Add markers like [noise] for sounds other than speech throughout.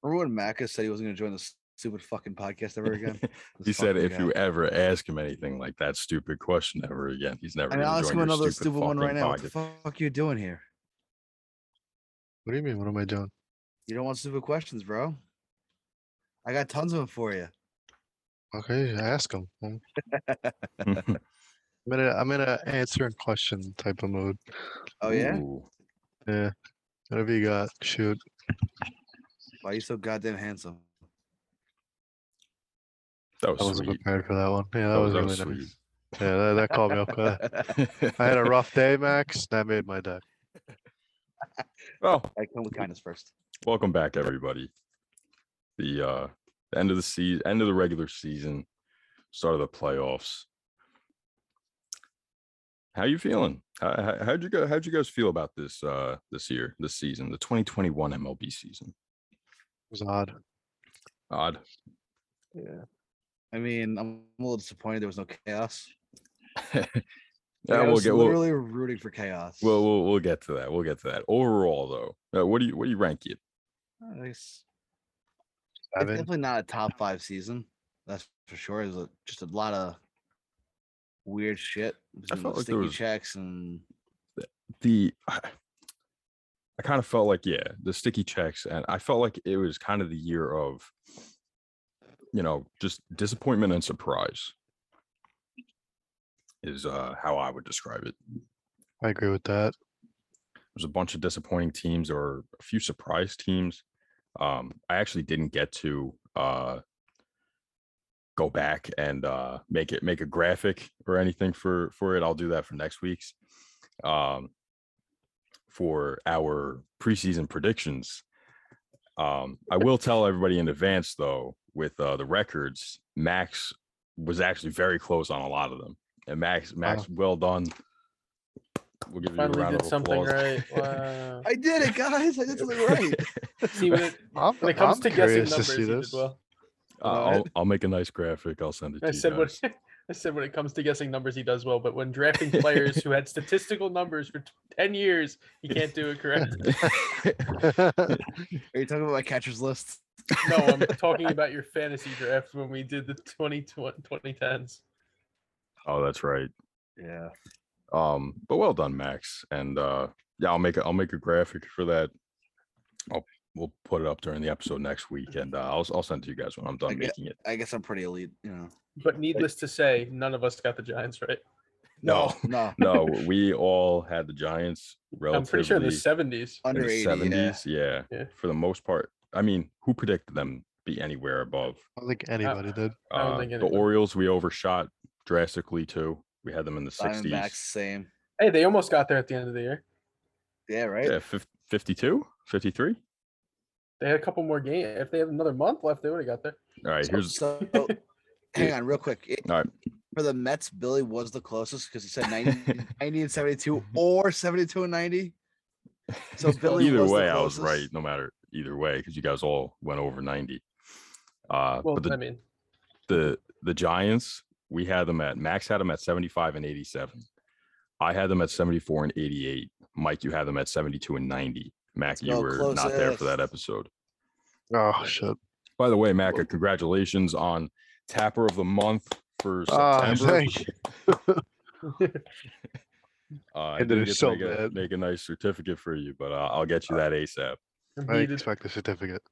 when Macca said he wasn't going to join this stupid fucking podcast ever [laughs] again? he This said fucking if guy. you ever ask him anything like that stupid question ever again, he's never I mean, gonna I'll ask join him your another stupid, one right fucking now. What the podcast. fuck you doing here? What do you mean? What am I doing? You don't want stupid questions, bro. I got tons of them for you. Okay, ask him. I'm [laughs] I'm in a I'm in a answer and question type of mode. Oh yeah? Ooh. Yeah. Whatever you got, shoot. Why are you so goddamn handsome? That was, I wasn't sweet. prepared for that one. Yeah, that, That was, was- that really was nice. Yeah, that, that called me [laughs] up. Uh, [laughs] [laughs] I had a rough day, Max. That made my day. well, I come with kindness first. welcome back, everybody. The uh the end of the season, end of the regular season, start of the playoffs. How you feeling? How, how, how'd you go? How'd you guys feel about this uh this year, this season, the 2021 MLB season? It was odd. Odd. I mean, I'm a little disappointed there was no chaos. yeah, Like, I Uh, we'll was get we'll, literally rooting for chaos. we'll we'll we'll get to that. We'll get to that. Overall, though, uh, what do you what do you rank it? Uh, it's, it's Seven. definitely not a top five season. That's for sure. There's a, just a lot of weird shit. between the felt like there stinky was- checks and The [sighs] I kind of felt like yeah, the sticky checks, and I felt like it was kind of the year of, you know, just disappointment and surprise. Is uh, how I would describe it. I agree with that. There's a bunch of disappointing teams or a few surprise teams. Um, I actually didn't get to uh, go back and uh, make it make a graphic or anything for for it. I'll do that for next week's um, for our preseason predictions. Um, I will tell everybody in advance though, with uh, the records, Max was actually very close on a lot of them, and Max Max, well done. We'll give you a Finally round did of something applause. right. [laughs] Wow. I did it, [laughs] guys. I did something [laughs] right. See, when it, I'm, when it comes I'm to guessing curious numbers, to see you did this. [laughs] well. Uh, I'll, I'll make a nice graphic. I'll send it to I you. said guys. what [laughs] I said when it comes to guessing numbers, he does well, but when drafting players who had statistical numbers for t- ten years, he can't do it correctly. [laughs] Are you talking about my catcher's list? No, [laughs] I'm talking about your fantasy draft when we did the 2020 2010s. [laughs] oh, that's right. Yeah. Um, but well done, Max. And uh, yeah, I'll make a, I'll make a graphic for that. I'll we'll put it up during the episode next week, and uh, I'll I'll send it to you guys when I'm done Okay. making it. I guess I'm pretty elite, you know. But needless to say, none of us got the Giants right. No. No. No, we all had the Giants. Relatively, I'm pretty sure in the 70s. in the Under 80. yeah. 70s. Yeah. Yeah. for the most part. I mean, who predicted them be anywhere above? I don't think [laughs] anybody did. I don't Uh, think the anyone- Orioles we overshot drastically too. We had them in the 60s. Diamondbacks, same. Hey, they almost got there at the end of the year. Yeah, right? Yeah, fif- 52, 53. They had a couple more games. If they had another month left, they would have got there. [laughs] All right, So- here's so, hang on real quick. It- All right. For the Mets, Billy was the closest because he said [laughs] 90, 90 and 72 or 72 and 90. So Billy either was the way, I was closest. right. No matter either way, because you guys all went over ninety. Uh, [laughs] Well, but the, I mean, the the Giants, we had them at Max had them at seventy five and eighty seven. I had them at seventy four and eighty eight. Mike, you had them at seventy two and ninety. Mac, you go were not there for that closest. episode. Oh shit! By the way, Mac, uh, congratulations on Tapper of the Month for Ah, September. thank you. [laughs] uh, I And did it get is to so make a, bad. make a nice certificate for you, but uh, I'll get you that ASAP. I he didn't did- expect a certificate.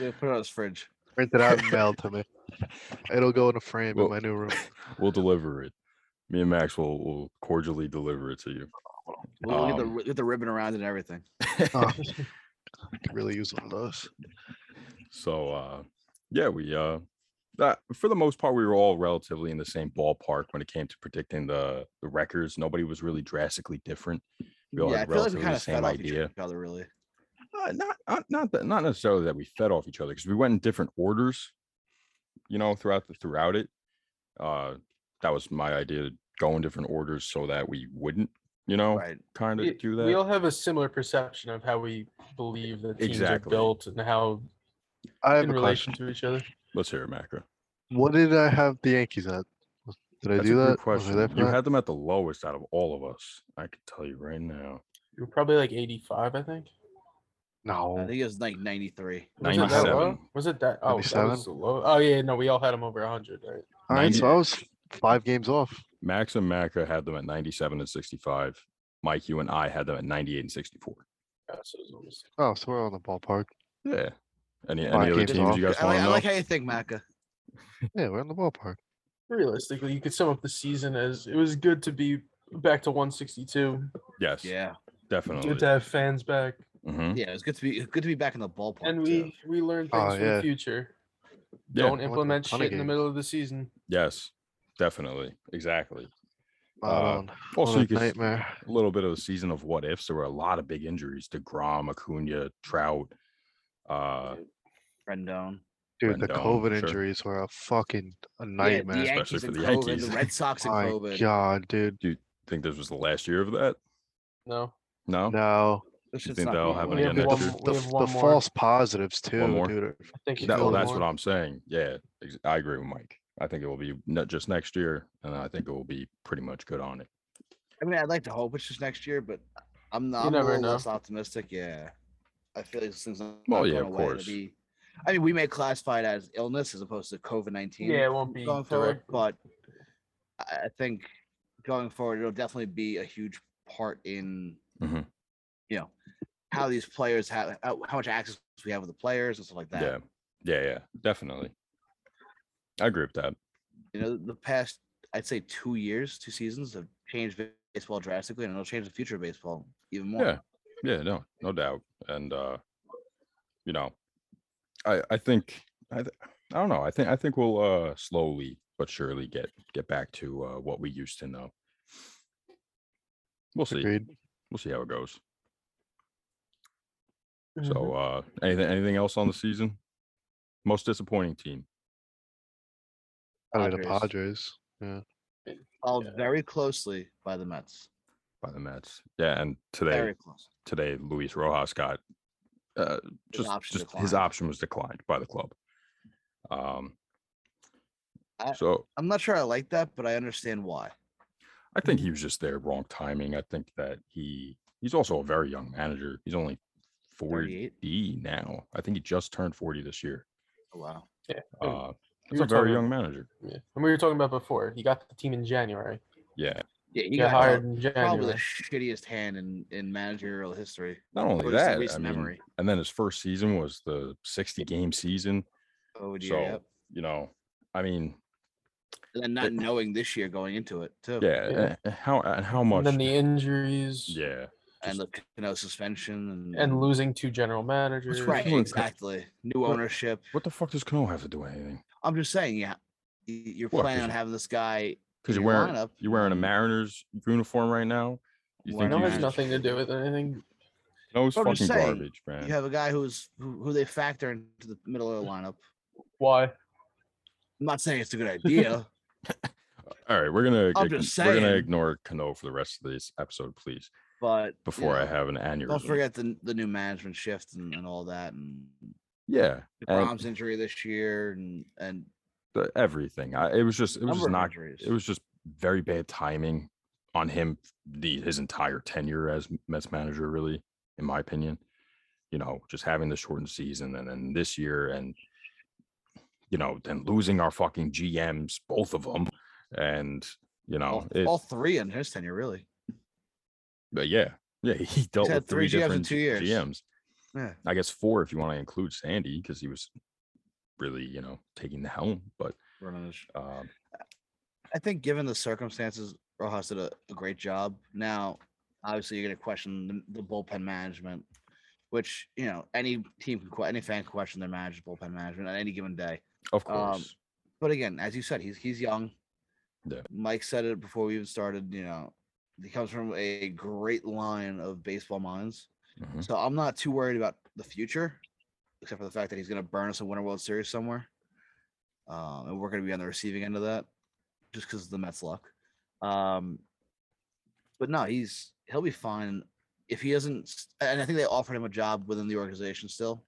Yeah, put it on his fridge. Print it out and mail it [laughs] to me. It'll go in a frame Well- in my new room. we'll deliver it. Me and Max will, will cordially deliver it to you. We'll get, the, Um, ri- get the ribbon around and everything. Oh, I could really use one of those. So uh yeah, we uh that, for the most part we were all relatively in the same ballpark when it came to predicting the the records. Nobody was really drastically different. We all yeah, I had feel like we relatively kind the of same fed off each idea. other, really. Uh, not not not that not necessarily that we fed off each other because we went in different orders, you know, throughout the throughout it. Uh that was my idea to go in different orders so that we wouldn't, you know, Right. kind we- of do that. We all have a similar perception of how we believe that teams Exactly. are built and how I have in a relation question. to each other. Let's hear it, Macro. What did I have the Yankees at? Was- Did I That's do a good that? Was I question. there for You that? had them at the lowest out of all of us. I can tell you right now. You're probably like 85, I think. I No. think it was like 93. Was it that 97. low? Was it that? Oh, that 97? was the low. Oh yeah, no, we all had him over hundred, right? All right, so 90. I was five games off. Max and Macca had them at 97 and 65. Mike, you and I had them at 98 and 64. Yeah, so it was almost- Oh, so we're on the ballpark. Yeah. Any, any Five other games teams off. you guys I like, want to I know? like how you think, Maka. Yeah, we're on the ballpark. Realistically, you could sum up the season as it was good to be back to 162. yes, Yeah, definitely. Good to have fans back, Mhm. yeah. It's good to be good to be back in the ballpark. and too. we we learned things Oh, from yeah. the future. Yeah. Don't I went to a implement ton shit of in the games. middle of the season. Yes, definitely. Exactly. Uh, Uh, Also, you what a could s- nightmare. a little bit of a season of what ifs. There were a lot of big injuries to Grom, Acuna, Trout. Uh, Rendon. Dude, the Rendon, COVID sure. injuries were a fucking a Yeah, the nightmare. Yankees for and the COVID, the Yankees. Red [laughs] Sox and My COVID. God, dude. think this was the last year of that. No, No, No, This You shit's think not that'll going happen We away. have again next one year? more- the, we have f- one the more. false positives too, more? dude. are- I think That- one that's more. what I'm saying. Yeah, ex- I agree with Mike. I think it will be not just next year, and I think it will be pretty much good on it. I mean, I'd like to hope it's just next year, but I'm You not. I'm a never little know. less optimistic. Yeah, I feel like this thing's not. not Well, yeah, going of away. It'll course. be- I mean, we may classify it as illness as opposed to COVID nineteen. yeah, it won't be going forward, direct. but I I think going forward, it'll definitely be a huge part in Mhm. you know how these players have how, how much access we have with the players and stuff like that. Yeah, yeah, yeah, definitely. I agree with that. You know, the past I'd say two years, two seasons have changed baseball drastically, and it'll change the future of baseball even more. Yeah, yeah, no, no doubt. And uh, you know, I I think I th- I don't know. I think I think we'll uh slowly but surely get get back to uh, what we used to know. We'll see. Agreed. We'll see how it goes. Mm-hmm. Mhm. So uh anything anything else on the season? Most disappointing team. Probably the Padres. Padres. Yeah. Followed Yeah. very closely by the Mets. by the Mets. Yeah, and today Very close. today Luis Rojas got uh, His just, option just his declined. option was declined by the club. Um, I- so I'm not sure I like that, but I understand why. I think he was just there wrong timing. I think that he he's also a very young manager. He's only forty 38. now. I think he just turned forty this year. Oh, wow. And Uh, we he's were a very talking- young manager. yeah. And we were talking about before. He got the team in January. Yeah. Yeah, he He got got hired hired in probably the January. shittiest hand in, in managerial history. Not only Or just in that, I recent mean, memory. and then his first season was the sixty game season. Oh dear. so yep. you know, I mean, And then not knowing this year going into it too. yeah, Yeah. and- and how and how much? And then the injuries. yeah, And the you know, suspension and, And losing two general managers. that's right, Everyone- exactly. New ownership. What the fuck does Cano have to do with anything? I'm just saying, yeah. y- You're What, planning 'cause on you- having this guy Because in you're your wearing lineup, you're wearing a and- Mariners uniform right now. You Why not? think Cano you has just- nothing to do with anything. Cano's But I'm fucking just saying, garbage, man. You have a guy who's who, who they factor into the middle of the lineup. Why? I'm not saying it's a good idea. [laughs] All right, we're gonna I'm ig- just we're gonna saying. ignore Cano for the rest of this episode, please. But you Before I know, have an aneurysm. don't forget the the new management shift and, and all that, and Yeah, the and Brahms injury this year, and and the- everything. I, it was just it was number just of not injuries. it was just very bad timing on him the his entire tenure as Mets manager, really, in my opinion. You know, just having the shortened season and then this year and you know, then losing our fucking GMs, both of them. And you know, all, it, all three in his tenure, really. but yeah, yeah, [laughs] he dealt had with three, three GMs in different two years. GMs. Yeah. I guess four if you want to include Sandy because he was really, you know, taking the helm. But running the sh- um, I think given the circumstances, Rojas did a, a great job. Now, obviously, you're going to question the, the bullpen management, which you know any team, can, que- any fan can question their manager bullpen management on any given day. of Um, course, But again, as you said, he's he's young. Yeah. Mike said it before we even started. You know, he comes from a great line of baseball minds, mhm, so I'm not too worried about the future, except for the fact that he's going to burn us a Winter World Series somewhere, um, and we're going to be on the receiving end of that, just because of the Mets' luck. Um, but no, he's he'll be fine if he doesn't. s- And I think they offered him a job within the organization. Still,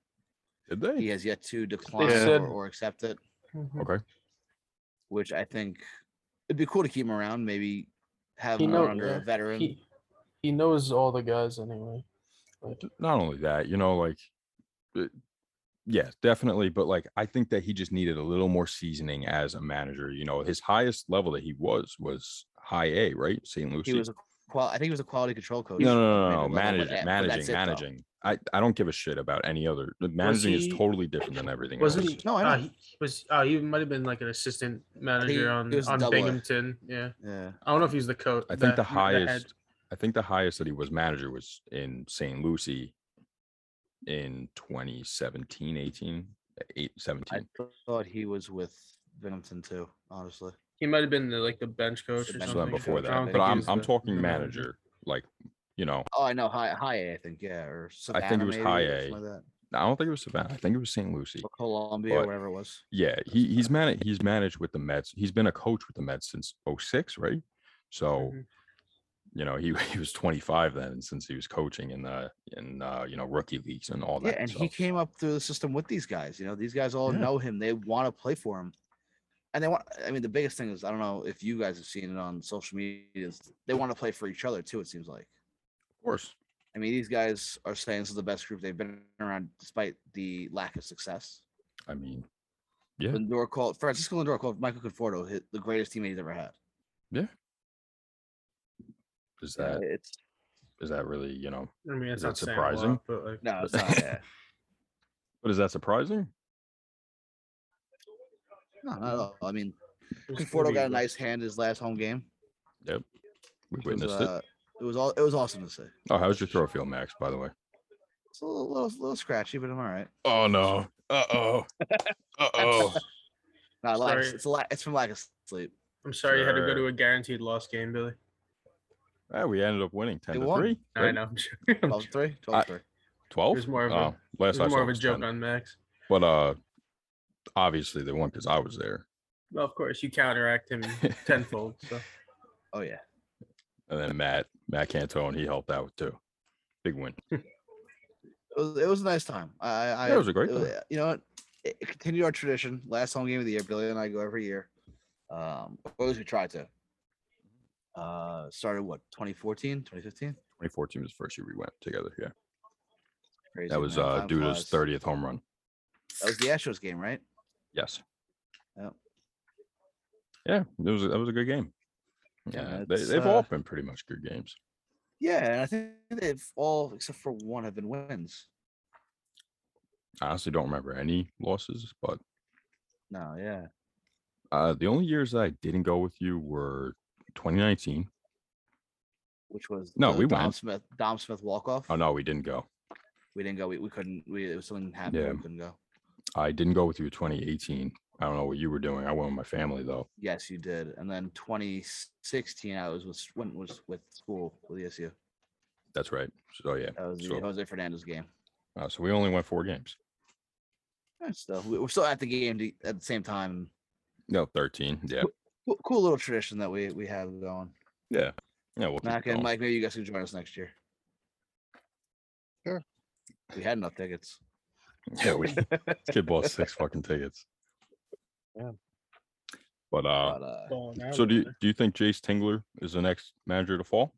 did they? he has yet to decline said- or, or accept it Mhm. Okay. which I think it'd be cool to keep him around. Maybe have He him know- under yeah, a veteran. He, he knows all the guys anyway. Th- not only that, you know, like, it- yes, definitely. But like, I think that he just needed a little more seasoning as a manager. You know, his highest level that he was was high A, right? St. Lucie. He was a qual. I think he was a quality control coach. no, no, no, maybe no, no. level, but Manage, that- but that's it, managing, though. managing. I, I don't give a shit about any other. the Managing he- is totally different than everything. Wasn't else. he? No, I uh, know. he was. Oh, he might have been like an assistant he manager on was on double A. Binghamton. Yeah, Yeah. I don't know if he was the coach. I think the, head. highest I think the highest that he was manager was in St. Lucie in 2017, 18, uh, eight, 17. I thought he was with Binghamton too. Honestly, He might have been the, like the bench coach The or bench so then something. before coach, I I don't that. think But think he I'm was I'm the- talking the manager. Like, you know, oh, I know high high A, I think yeah, or I Savannah, think it was maybe, high or A. something like that, I don't think it was Savannah. I think it was St. Lucie. or Columbia or But- whatever it was. Yeah, he he's managed he's managed with the Mets. He's been a coach with the Mets since 06, right? So Mm-hmm. Mhm. you know, he, [laughs] he was 25 then since he was coaching in the in uh, you know, rookie leagues and all Yeah, that. and he so- came up through the system with these guys. You know, these guys all Yeah. know him. They want to play for him, and they want. I mean, the biggest thing is I don't know if you guys have seen it on social media. Is they want to play for each other too. It seems like. of course. I mean, these guys are saying this is the best group they've been around, despite the lack of success. I mean, yeah. Lindor called Francisco Lindor called Michael Conforto hit the greatest teammate he's ever had. Is You know, that it's is that really you know I mean, it's that not saying a surprising? lot, but like, [laughs] no, it's not. Yeah. but is that surprising No, not at Mm. all. I mean, it was Conforto got a pretty- nice hand his last home game. we It was, witnessed it uh, it was all it was awesome to see. oh how's your throw feel max by the way It's a little, little, little scratchy, but I'm all right. oh no [laughs] uh-oh uh-oh No, lack, Sorry. it's a lot. It's from lack of sleep. I'm sorry you had to go Sure. to a guaranteed loss game, Billy. we ended up winning 10 They to won. 3 I right? know. [laughs] I'm sure. Mm. 12 [laughs] 3. 12 3. 12 There's more of a- oh, It's last I more saw of a was joke 10. on Max. but uh obviously they won because i was there Well, of course, you [laughs] counteract him tenfold. So Oh, yeah. and then matt matt cantone he helped out too big win It was, it was a nice time. I, I, Yeah, it was a great it time. was- You know what? It, it continued our tradition. Last home game of the year, Billy and I go every year. Um, or at least we try to. Uh, started what 2014, 2015? 2014 was the first year we went together yeah Crazy, that was man. uh Time duda's flies. 30th home run That was the Astros game, right? yes Yep. yeah it was that was a good game Yeah, yeah, they, it's, they've uh, all been pretty much good games Yeah, and I think they've all except for one have been wins. I honestly don't remember any losses, but No, yeah. uh, the only years that I didn't go with you were 2019. Which was No, the we Dom went. Smith Dom Smith walk off. Oh no, we didn't go. We didn't go. We, we couldn't. We it was something happened. Yeah. We couldn't go. I didn't go with you 2018. I don't know what you were doing. I went with my family though. Yes, you did. And then 2016, I was with when was with school with ESU. That's right. So yeah. That was the So, Jose Fernandez game. uh, so we only went four games. Yeah, So we- we're still at the game to- at the same time. No, 13. Yeah. Cool, cool little tradition that we we have going. Yeah. Yeah. We'll keep Mac going. and Mike, maybe you guys can join us next year. Sure. We had enough tickets. Yeah, we this kid bought six fucking tickets. Yeah. But uh, but, uh, well, now so do you we're- do you think Jace Tingler is the next manager to fall?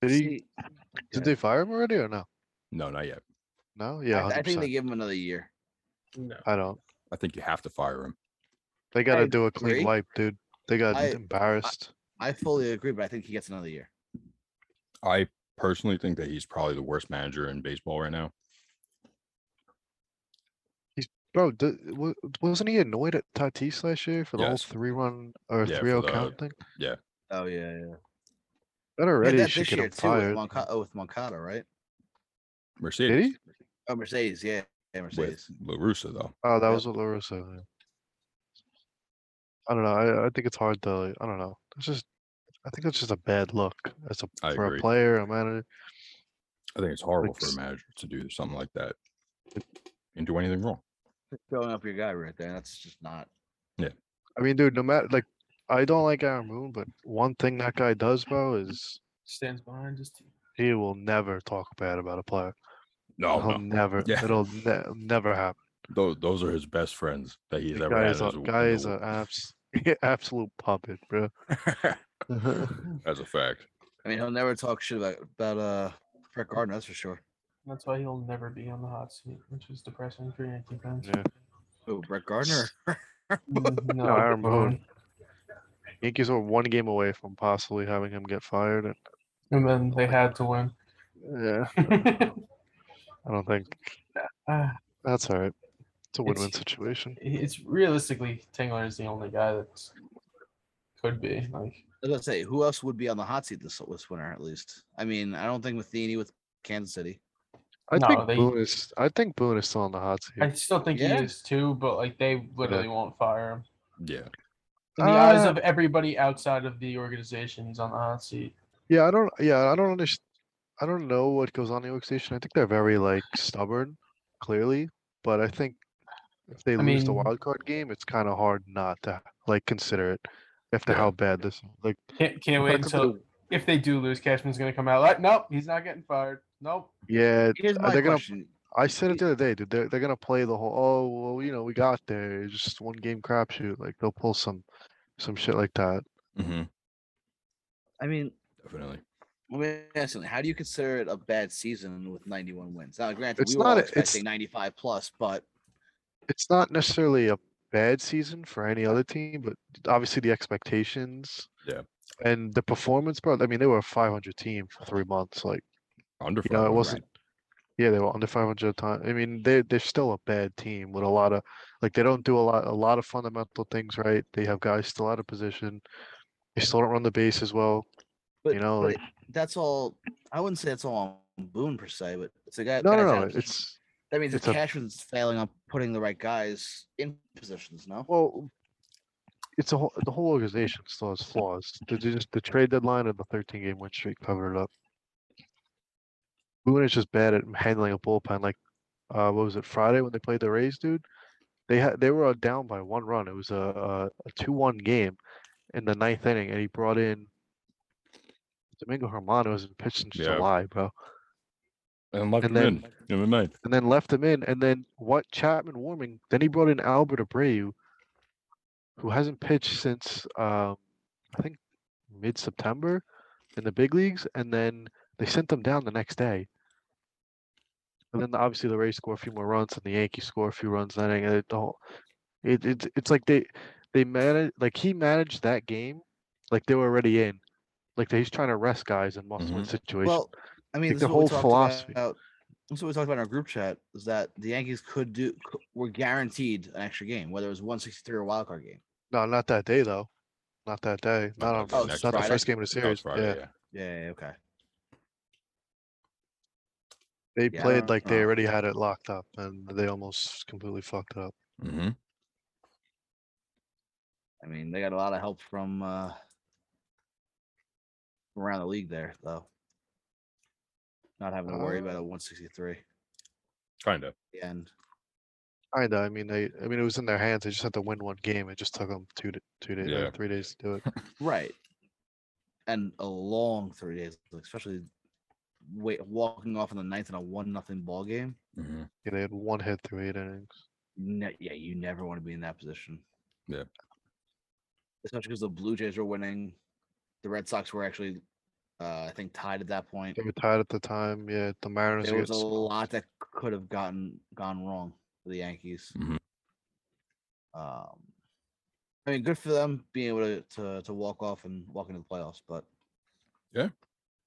Did he, see, did they fire him already or no? No, not yet. No? I, Yeah, I think 100%. they give him another year. no. I don't. I think you have to fire him. They gotta I do a clean agree. wipe, dude. They got I- I- embarrassed. I fully agree, but I think he gets another year. I personally think that he's probably the worst manager in baseball right now. Bro, d- w- wasn't he annoyed at Tatis last year for the Yes. whole three run or Yeah, for three zero the- count thing? Oh yeah, yeah. That He had already that should this get year him too with, fired. Monca- oh, with Moncada, right? Mercedes Did he? Oh, Mercedes, yeah, yeah with Mercedes. La Russa, though. Oh, that Yep. was what Laura said. yeah. I don't know. I, I think it's hard to. like, I don't know. It's just. I think it's just a bad look as a I for agree. a player, a manager. I think it's horrible for a s- manager to do something like that and do anything wrong. Showing up your guy right there. That's just not. I mean, dude, no matter like, I don't like Aaron Moon, but one thing that guy does, bro, is stands behind his team. he will never talk bad about a player. No, He'll Oh, no. never. Yeah. It'll ne- never happen. Tho- those are his best friends that he's ever guy had. is a as a- in guy the is an abs- [laughs] absolute puppet, [laughs] bro. [laughs] wo- as a fact. I mean, he'll never talk shit about about uh Brett Gardner, that's for sure. That's why he'll never be on the hot seat, which is depressing for Yankee fans. Yeah. Oh, Brett Gardner. [laughs] Mm, No, Aaron come on. Boone. Yankees are one game away from possibly having him get fired. And, And then they had to win. yeah, I don't think [laughs] Ah, that's all right. It's a win-win It's- situation. it's realistically Tingler is the only guy that's could be like I was gonna say, who else would be on the hot seat this this winter at least? I mean, I don't think Matheny with Kansas City. I No, think they- Boone is. I think Boone is still on the hot seat. I still think Yeah. he is too, but like they literally won't fire him. Yeah. In the eyes Uh, of everybody outside of the organization, he's on the hot seat. Yeah, I don't. Yeah, I don't understand. I don't know what goes on in York Station. I think they're very like stubborn, clearly. But I think if they I lose the mean- wild card game, it's kind of hard not to like consider it after Yeah. how bad this. Like, Can't, can't If I wait could put until if they do lose, Cashman's gonna come out like, nope, he's not getting fired. Nope. yeah, Here's Are my they gonna- question. I said it the other day, dude. They're they're gonna play the whole. Oh well, you know we got there. It's just one game crapshoot. Like they'll pull some, some shit like that. Mm-hmm. I mean, Definitely. let me ask you, how do you consider it a bad season with 91 wins? Now, granted, It's we were all not a- it's- expecting 95 plus, but It's not necessarily a bad season for any other team, but obviously the expectations. Yeah. And the performance, bro. I mean, they were a 500 team for three months. Like, Under you know, it 500. wasn't. Yeah, they were under 500 time. I mean, they they're still a bad team with a lot of like they don't do a lot a lot of fundamental things right. They have guys still out of position. They still don't run the base as well. but you know, but like- it- that's all. I wouldn't say it's all on Boone per se, but it's a guy. No, guys no, out no. of position. It's that means the it's a- Cashman's failing on putting the right guys in positions. No, Well, it's a whole, the whole organization still has flaws. The, the- just the trade deadline and the 13 game win streak covered it up. Boone is just bad at handling a bullpen. Like, uh, what was it Friday when they played the Rays, dude? They had they were uh, down by one run. It was a a two one game in the ninth inning, and he brought in Domingo Herman, who hasn't pitched since Yeah. July, bro, And left and him then- in. in the ninth. and then left him in. And then what Chapman warming? Then he brought in Albert Abreu, who hasn't pitched since um, I think mid September in the big leagues, and then they sent them down the next day. And then obviously the Rays score a few more runs, and the Yankees score a few runs. That inning, and it all, it, it it's like they they manage like he managed that game, like they were already in, like he's trying to rest guys in must win situations. well, I mean, this Like the is what we whole talked philosophy. About, this is what we talked about in our group chat is that the Yankees could do c- were guaranteed an extra game, whether it was 163 or a wild card game. No, not that day though. Not that day. No, Not no, on. the Oh, not next the Friday? first game of the That was series. Friday. yeah. yeah. Yeah, yeah, okay. they Yeah, I played don't like know. they already had it locked up, and they almost completely fucked it up. Mm-hmm. I mean, they got a lot of help from uh from around the league there, though. Not having to worry Uh about a 163 Kind of. and Kinda. I mean, they. I mean, it was in their hands. They just had to win one game. It just took them two, to, two days, Yeah. three days to [laughs] do it. right, and a long three days, like, especially wait walking off in the ninth in a one nothing ball game. Mm-hmm. Yeah, they had one hit through eight innings. Ne- yeah, you never want to be in that position. Yeah. especially because the Blue Jays were winning, the Red Sox were actually, uh, I think, tied at that point. They were tied at the time. Yeah, the Mariners. there were was a getting smoked. lot that could have gotten gone wrong for the Yankees. Mhm. Um, I mean, good for them being able to, to to walk off and walk into the playoffs, but Yeah.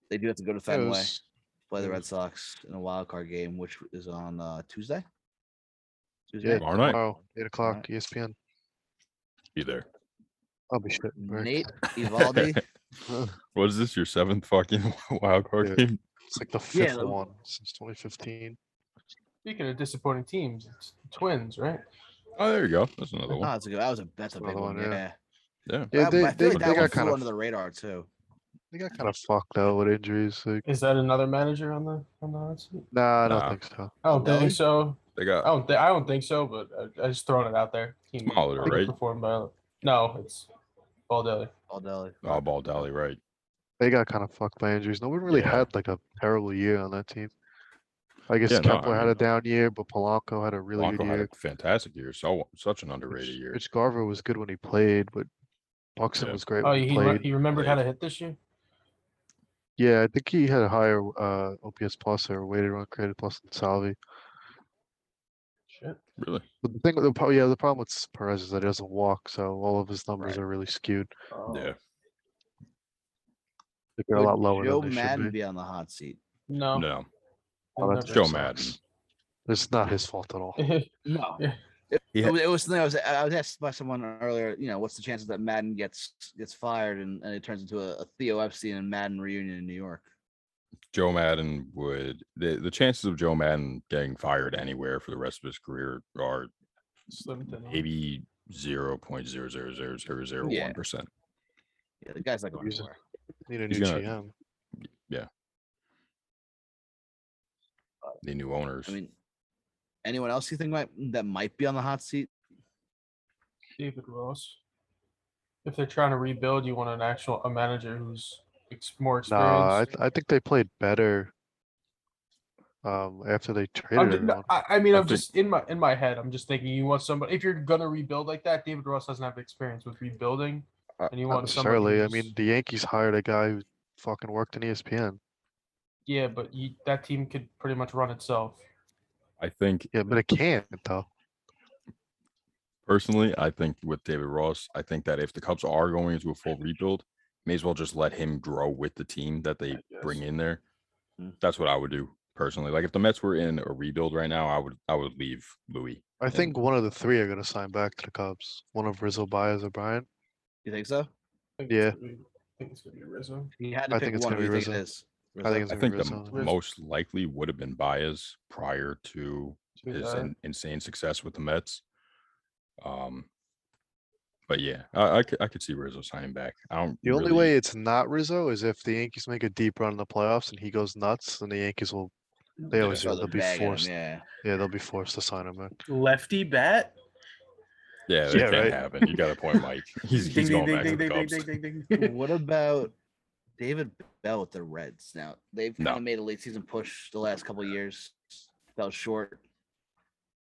they do have to go to Yeah, it Fenway, was- play it the Red was- Sox in a wild card game, which is on uh, Tuesday. Yeah, Tuesday, Tomorrow night. tomorrow, oh, eight o'clock, E Alright. ESPN. Be [laughs] there. I'll be shitting. bricks. Nate [laughs] [laughs] Ivaldi. What is this? Your seventh fucking [laughs] wild card Yeah. game? It's like the Yeah, fifth the- one since 2015. Speaking of disappointing teams, it's the Twins, right? Oh, there you go. That's another one. Ah, that's a good. That was a that's a Another big one, one. yeah. Yeah, Yeah. Yeah, That- they, I feel they, like they that one got flew kind of under the radar too. they got kind of fucked though with injuries. Like, Is that another manager on the on the hot seat? nah, I don't Nah. think so. I don't Really? think so. They I got don't think I don't think so, but I, I just throwing it out there. Team Molitor, right? Performed by no, it's Baldelli. Baldelli. oh, Ball Dally, right? they got kind of fucked by injuries. No one really Yeah. had like a terrible year on that team. I guess Yeah, no, I Kepler had mean- a down year, but Polanco had a really Blanco good had year. a fantastic year. So such an underrated Rich, year. Rich Garver was good when he played, but Buxton Yeah. was great Oh, when he, he he, re- played. he remembered how to hit this year. Yeah, I think he had a higher uh, OPS plus or weighted run created plus than Salvi. Shit. Really? But the thing, with the pro- yeah, the problem with Perez is that he doesn't walk, so all of his numbers are really skewed. Oh, Yeah. They're a Would lot lower. Joe than they should Madden be. be on the hot seat. No. No. Oh, no, that's no. Joe sucks. Madden. It's not his fault [laughs] at all. No. Yeah. It, Yeah. it was, it was something I was I was asked by someone earlier. You know, what's the chances that Madden gets gets fired and, and it turns into a, a Theo Epstein and Madden reunion in New York? Joe Madden would the, the chances of Joe Madden getting fired anywhere for the rest of his career are [laughs] Slim to none. maybe zero point zero zero zero zero zero one percent. Yeah, the guy's not going He's a- anywhere. Need a He's new gonna- GM. The new owners. I mean, anyone else you think might that might be on the hot seat? David Ross. If they're trying to rebuild, you want an actual a manager who's ex- more No, experienced. I, th- I think they played better um, after they I'm traded ju- no, everyone. I, I mean, I I'm think- just in my in my head. I'm just thinking you want somebody. If you're gonna rebuild like that, David Ross doesn't have experience with rebuilding, Uh, and you Not want somebody. necessarily. I who's- mean, the Yankees hired a guy who fucking worked in E ESPN. yeah, but you, that team could pretty much run itself. I think Yeah, but it can't though. personally, I think with David Ross, I think that if the Cubs are going into a full rebuild, may as well just let him grow with the team that they bring in there. Mm. That's what I would do personally. Like if the Mets were in a rebuild right now, I would I would leave Louis. I think one of the three are gonna sign back to the Cubs. One of Rizzo, Baez, or Brian. You think so? I think Yeah. it's gonna be- I think it's gonna be Rizzo. If You had to I pick think it's one. gonna who be you think it Rizzo. is? I Rizzo? think it's I gonna think be the Rizzo. m- most likely would have been Baez prior to Too his bad. in- insane success with the Mets. Um, but yeah, I, I could I could see Rizzo signing back. I don't. The only really- way it's not Rizzo is if the Yankees make a deep run in the playoffs and he goes nuts, then the Yankees will. They They're always do. gonna throw They'll the be bag at him, forced. Yeah. [laughs] Yeah, they'll be forced to sign him back. Lefty bat. [laughs] yeah, that Yeah, can't right. happen. You got a point, Mike. He's, Ding, he's going ding, ding, back to ding, the ding, Cubs. ding, ding, [laughs] ding, ding. what about David Bell with the Reds? Now they've No. kind of made a late season push the last couple of years. Fell short.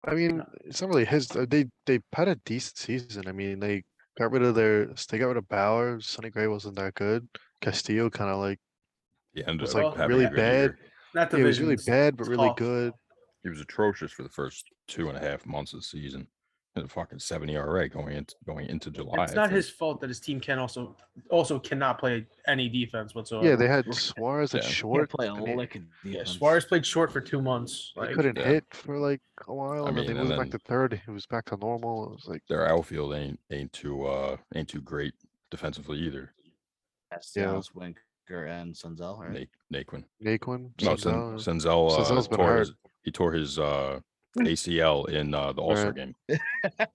I mean, it's not really his. uh, They they had a decent season. I mean, they got rid of their. They got rid of Bauer. Sonny Gray wasn't that good. Castillo kind of like He ended was, up like, having a really good bad. year. Not yeah, it was really divisions. bad, but really tough. good. He was atrocious for the first two and a half months of the season. Had a fucking seventy RA going into going into July. It's I not think. his fault that his team can also also cannot play any defense whatsoever. Yeah, they had Suarez at Yeah. Can't short. play a I mean, lick of Yeah, defense. Suarez played short for two months. He Like, couldn't Yeah. hit for like a while, I and then mean, and they moved back to then- third. He was back to normal. It was like, Their outfield ain't ain't too uh ain't too great defensively either. Castellanos, Winker, and Sunzel. Right? Nate Naquin. Naquin, No, Senzel, Sen- or- Senzel, uh, Senzel's been tore hurt. Hmm. his, he tore his uh, ACL in uh, the All Star Right.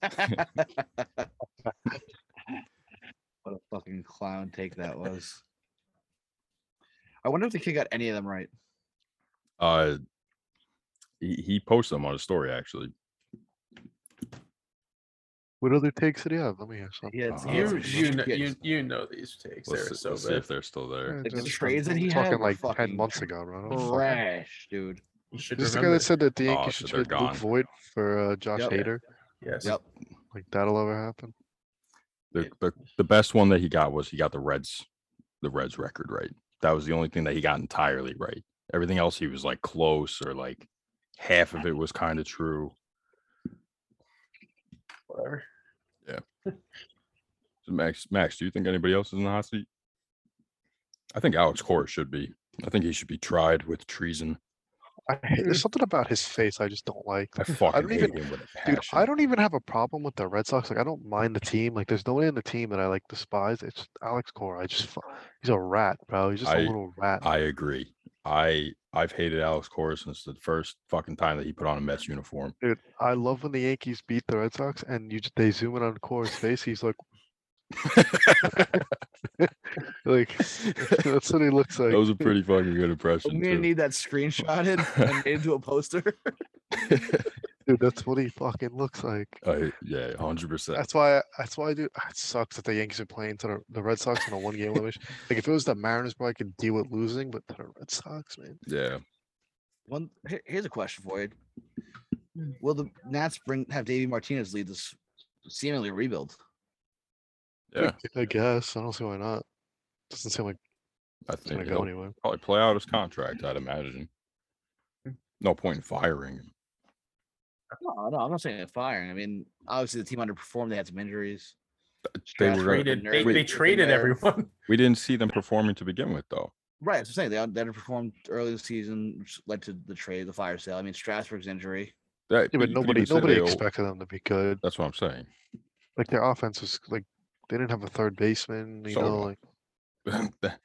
game. [laughs] what a fucking clown take that was. I wonder if the kid got any of them right. Uh, he, he posted them on his story actually. What other takes did he have? Let me hear something. He had, he [laughs] had Uh, you, some Uh-huh. you, know, shit. you, you know these takes. Let's, They're see, so let's see bad. if they're still there. Yeah, Like, the just- trades that he had talking were like ten fucking months ago, bro. Don't fucking- Trash, [laughs] dude. You should This is the guy remember. that said that the Oh, Yankees so should they're trade Luke gone. Voigt for uh, Josh Yep. Hader. Yes. Yep. Like that'll ever happen. The, the the best one that he got was he got the Reds, the Reds record right. That was the only thing that he got entirely right. Everything else he was like close or like half of it was kind of true. Whatever. So Max, Max, do you think anybody else is in the hot seat? I think Alex Cora should be. I think he should be tried with treason. I, hate- there's something about his face [laughs] I just don't like. I fucking don't hate even- him with a passion. Dude, I don't even have a problem with the Red Sox. Like, I don't mind the team. Like, there's nobody on the team that I like despise. It's Alex Cora. I just, fu- he's a rat, bro. He's just a I- little rat. I agree. I I've hated Alex Cora since the first fucking time that he put on a Mets uniform. Dude, I love when the Yankees beat the Red Sox and you j- they zoom in on Cora's face. [laughs] He's like, [laughs] like [laughs] that's what he looks like. that was a pretty fucking good impression. I'm gonna too. need that screenshotted [laughs] and made into a poster. Dude, that's what he fucking looks like. I- yeah, [laughs] hundred percent. That's why. That's why, dude. It sucks that the Yankees are playing to the, the Red Sox on a one-game limit. Like, if it was the Mariners, bro, I could deal with losing, but to the Red Sox, man. Yeah, One here- here's a question for you. Will the Nats bring have Davey Martinez lead this seemingly rebuild? yeah. [laughs] I guess I don't e see why not. Doesn't seem like I It's gonna think go he'll anywhere. probably play out his contract, I'd imagine. Mm. No point in firing him. No, no, I'm not saying firing. I mean, obviously the team underperformed. They had some injuries. They were Stratford gonna- Traded, and they, Nurkic they was in traded there. [laughs] everyone. we didn't see them performing to begin with, though. Right, that's what I'm saying. They, un- they underperformed early in the season, which led to the trade, the fire sale. I mean, Strasburg's injury. That- Yeah, but you could nobody even say nobody they owe- expected them to be good. That's what I'm saying. [laughs] Like their offense was like they didn't have a third baseman. You So know, what? like That-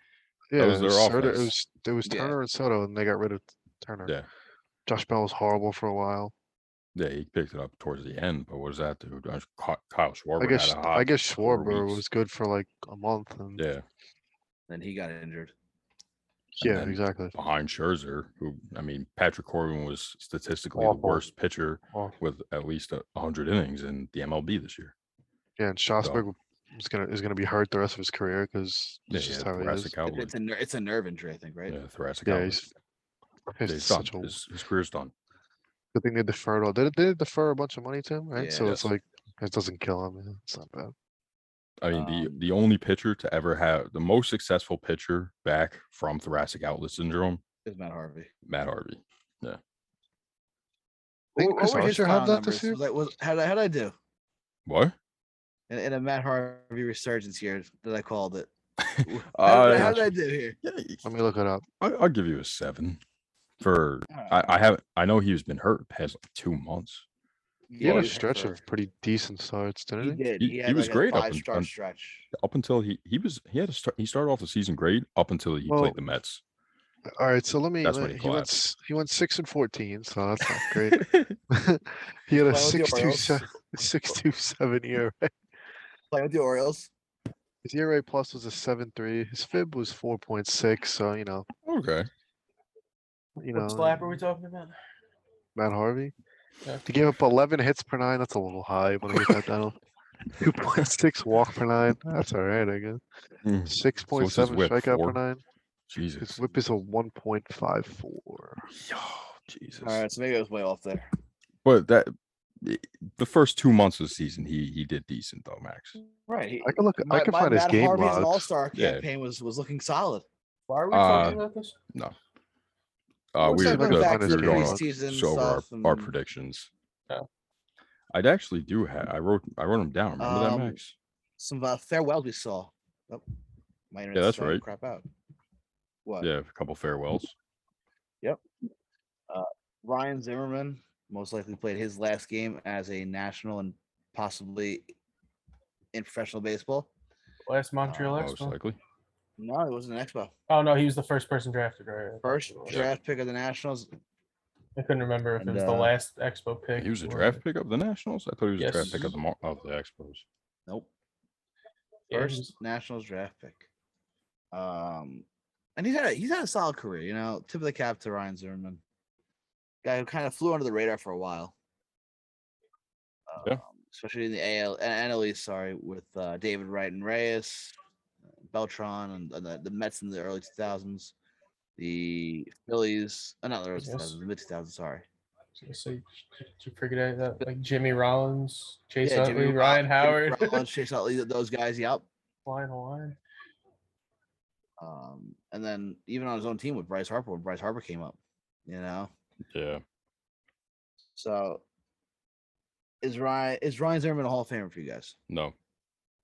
yeah, was it their was Soto- offense. It was it was Yeah. Turner and Soto, and they got rid of Turner. yeah, Josh Bell was horrible for a while. yeah, he picked it up towards the end, but what does that do? Josh- Ky- Kyle Schwarber I guess had a hot. I guess four Schwarber weeks. was good for like a month, and yeah, yeah, Then he got injured. then exactly. behind Scherzer, who I mean, Patrick Corbin was statistically Awful. the worst pitcher Awful. with at least a 100 innings in the MLB this year. Yeah, and Strasburg is gonna is gonna be hurt the rest of his career because Yeah, that's he just had how he is. thoracic It- outlet. It's a ner- it's a nerve injury, I think, right? Yeah, thoracic Yeah, outlet. he's, Yeah, he's he's done. such a His, his career's done. good thing they deferred all. They did they defer a bunch of money to him, right? so Yeah. it's like it doesn't kill him. yeah, It's not bad. I mean, the Um, the only pitcher to ever have the most successful pitcher back from thoracic outlet syndrome, It's Matt Harvey. Matt Harvey. Think What- Chris what were his Archer had final that this numbers? year? Was I- was- how'd I- how'd I do? What? in, in a Matt Harvey resurgence here that I called [laughs] it. [laughs] W- how, Uh, did I- how did I do here? Yeah, y- Let me look it up. I, I'll give you a seven for I, Alright. I have I know he's been hurt past like two months. He had Yeah, a he stretch of for- pretty decent starts, He didn't he? did. He- He, he had was like great a up five un- star un- stretch. Up until he he was he had a start he started off the season great up until he Well, played the Mets. All right, so let me. That's let- when he he went. collapsed. s- He went six and fourteen, so that's not [laughs] great. [laughs] he had Well, a the six two Orioles. seven, [laughs] six two seven ERA. Playing with the Orioles. His ERA plus was a seven three. His FIB was four point six. So you know, okay. you know, What slap are we talking about? Matt Harvey. Yeah. He gave up eleven hits per nine. That's a little high. When I get that [laughs] down, two point six walk per nine. That's all right, I guess. Hmm. Mm, Six point what's his seven whip, strikeout four? per nine. His Jesus. whip is a one point five four. Yo, Jesus. All right, so maybe I was way off there. But that i- the first two months of the season he he did decent though, Max. Uh, Right. he- I can look. my, I can my find his Matt game Harvey as an All logs. Star Yeah. campaign was was looking solid. Why are we Uh, talking about this? Uh, Well, we so were, going the- back to we the were going preseason so over our, stuff our and- predictions. Oh. I'd actually do have I wrote I wrote them down. Remember Um, that, Max? Some uh, farewells we saw. Oh, my internet's that's throwing right. Crap out. What? Yeah, a couple [clears throat] farewells. Ryan Zimmerman most likely played his last game as a national and possibly in professional baseball. Last Montreal Uh, Most Expo. likely. No, it wasn't an expo. Oh no, he was the first person drafted, right? right. First draft pick of the Nationals. I couldn't remember if it And, was uh, the last Expo pick. He was a or- draft pick of the Nationals. I thought he was a draft pick Yes. of the Mar- of the Expos. Nope. Yeah, he First was- Nationals draft pick. Um, and he's had a, he's had a solid career. You know, tip of the cap to Ryan Zimmerman, guy who kind of flew under the radar for a while. Yeah. Um, Especially in the AL and NL East, sorry, with uh, David Wright and Reyes, Beltron, and, and the, the Mets in the early 2000s, the Phillies, uh, not the early Yes. 2000s, the mid 2000s, sorry. So you, you figured out that like Jimmy Rollins, Chase Yeah, Utley, Jimmy Roll- Ryan Jimmy Howard, [laughs] Rollins, Chase Utley, th- those guys, yep. Flying Hawaiian. Um, and then even on his own team with Bryce Harper, when Bryce Harper came up, you know. Yeah. So is Ryan is Ryan Zimmerman a Hall of Famer for you guys? No.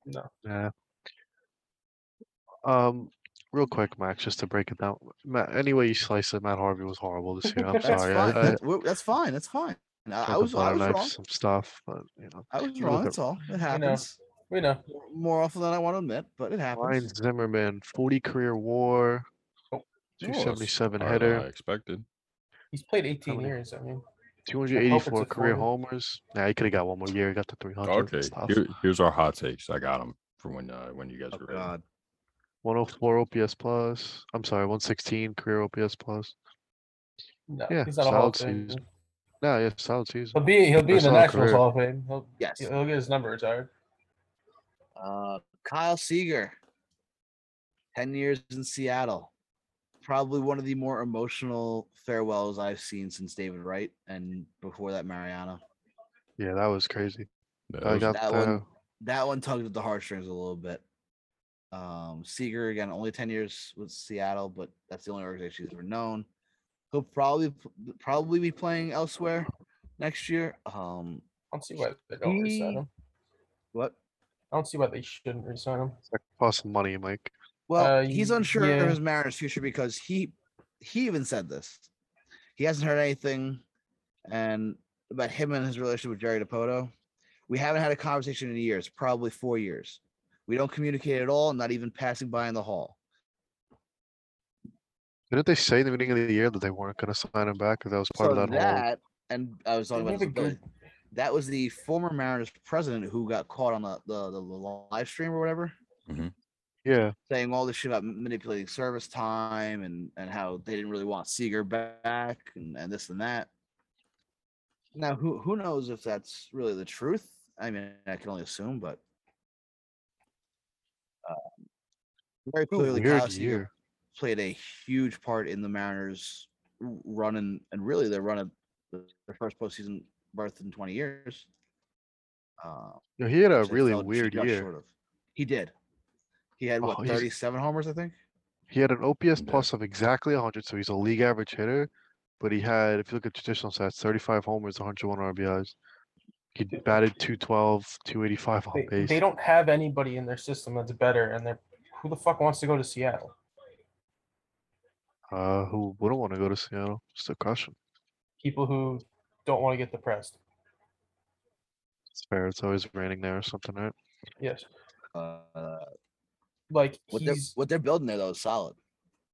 Yeah. Um, real quick, Max, just to break it down. Matt, any way you slice it, Matt Harvey was horrible this year. I'm [laughs] That's That's sorry. I, fine. I, That's, we're- that's fine. That's fine. And I, I jumping was I butter was knife wrong. some stuff, but you know, I [laughs] was you wrong. look That's all. It I know. happens We know. more- more often than I want to admit, but it Ryan happens. Zimmerman, 40 career WAR, Oh, no, that's 277 higher than header, I expected. He's played 18 many- years. I mean, a 284 career 40. homers. Nah, he could have got one more year. He got to 300. Okay. It's tough. Here, here's our hot takes. I got them for when uh, when you guys Oh were ready. God. 104 OPS plus. I'm sorry, 116 career OPS plus. no, Yeah, he's not a Hall of solid Famer. season. Nah, yeah, solid season. He'll be he'll be in the Solid Nationals career. Hall of Fame. He'll, Yes. he'll get his number retired. Uh, Kyle Seager, ten years in Seattle, probably one of the more emotional farewells I've seen since David Wright and before that Mariano. Yeah, that was crazy. Yeah, I those- got that the, one- That one tugged at the heartstrings a little bit. Um, Seager again, only ten years with Seattle, but that's the only organization he's ever known. He'll probably p- probably be playing elsewhere next year. Um, don't see why they don't resign him. what? I don't see why they shouldn't resign him. That costs some money, Mike. Well, Uh, he's y- unsure yeah. of his Mariners' future because he he even said this. He hasn't heard anything, and about him and his relationship with Jerry Depoto. We haven't had a conversation in years, probably four years. We don't communicate at all, not even passing by in the hall. Didn't they say in the beginning of the year that they weren't going to sign him back? Because that was part so of that, whole. that, and I was talking Didn't about he this have with a Billy, that was the former Mariners president who got caught on the the, the live stream or whatever. Yeah, saying all this shit about m- manipulating service time and and how they didn't really want Seager back and, and this and that. Now who who knows if that's really the truth? I mean, I can only assume, but um, very what a clearly, Kyle weird Seager year. played a huge part in the Mariners' r- run and, and really their run of th- their first postseason berth in 20 years. Uh, Yo, he had a which they really fell weird just year. short of. He did. He had what Oh, he's- 37 homers, I think. He had an OPS uh, Yeah. plus of exactly 100, so he's a league average hitter. But he had, if you look at traditional stats, 35 homers, 101 RBIs. He batted 212, 285 on They, base. they don't have anybody in their system that's better, and they're who the fuck wants to go to Seattle? Uh, who wouldn't want to go to Seattle? Just a caution. People who don't want to get depressed. It's fair. It's always raining there or something, right? Yes, Uh, like what they're he's. what they're building there though is solid.